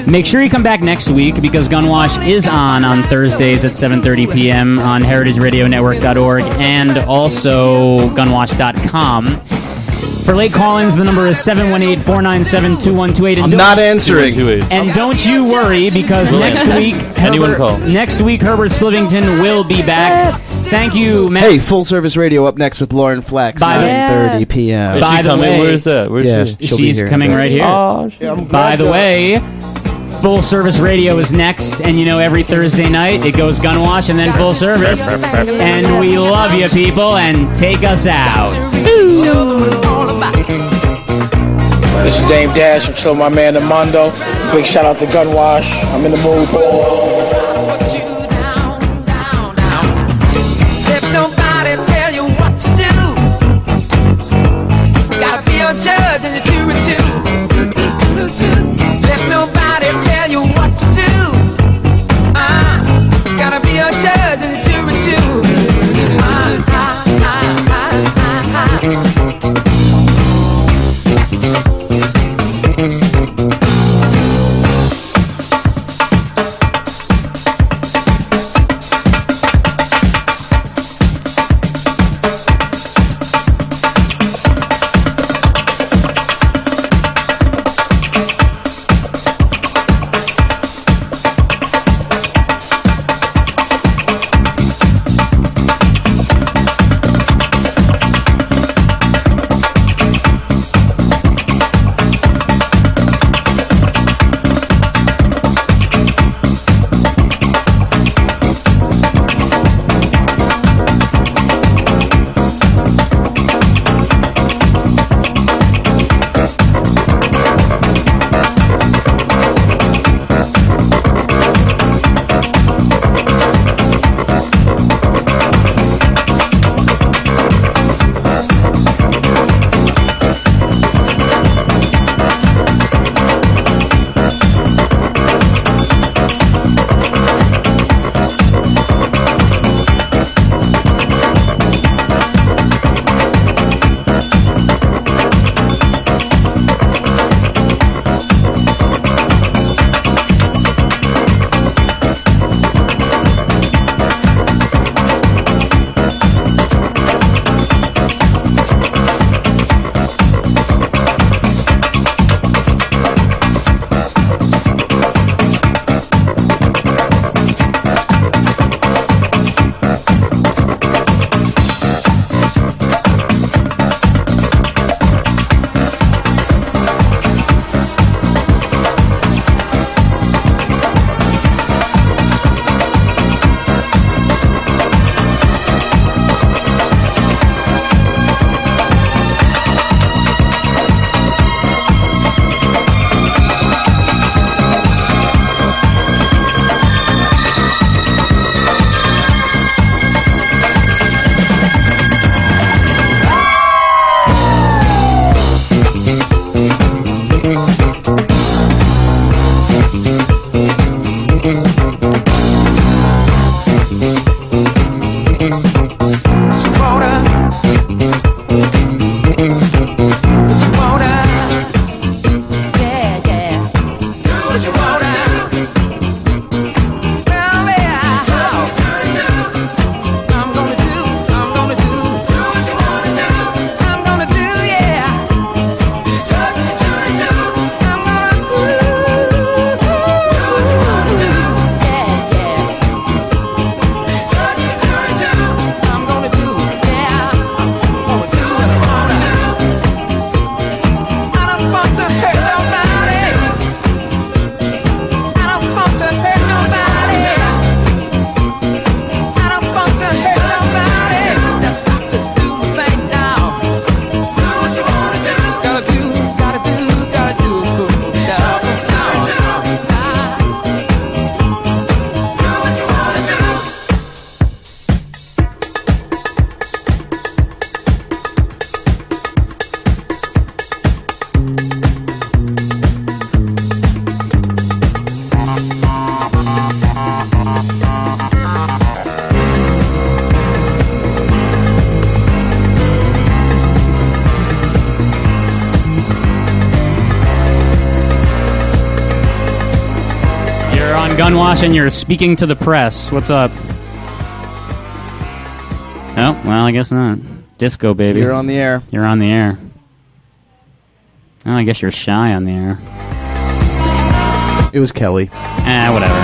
Make sure you come back next week because Gunwash is on on Thursdays at 7.30 p.m. on heritageradionetwork.org and also gunwash.com. For late call-ins, the number is 718-497-2128. And I'm don't- not answering. And don't you worry because Will next answer. week, Anyone Herbert, call. next week Herbert Splivington will be back. Thank you, Max. Hey, full service radio up next with Lauren Flax, By the- nine thirty p.m. Is she By the coming? way- Where's that? Where's yeah, she? she'll She's be here. coming right here. Oh, By the way, full service radio is next, and you know every Thursday night it goes gun wash and then full service. And we love you, people, and take us out. This is Dame Dash. I'm still my man Armando. Big shout out to Gunwash. I'm in the mood. If nobody tell you what to do, gotta be a judge and a jury too. Let nobody tell you what to do. Uh, gotta be a judge and a jury too. Uh, uh, uh, uh, uh, uh. You're on Gunwash and you're speaking to the press. What's up? Oh, well, I guess not. Disco, baby. You're on the air. You're on the air. Oh, I guess you're shy on the air. It was Kelly. Eh, whatever.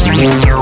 Thank you.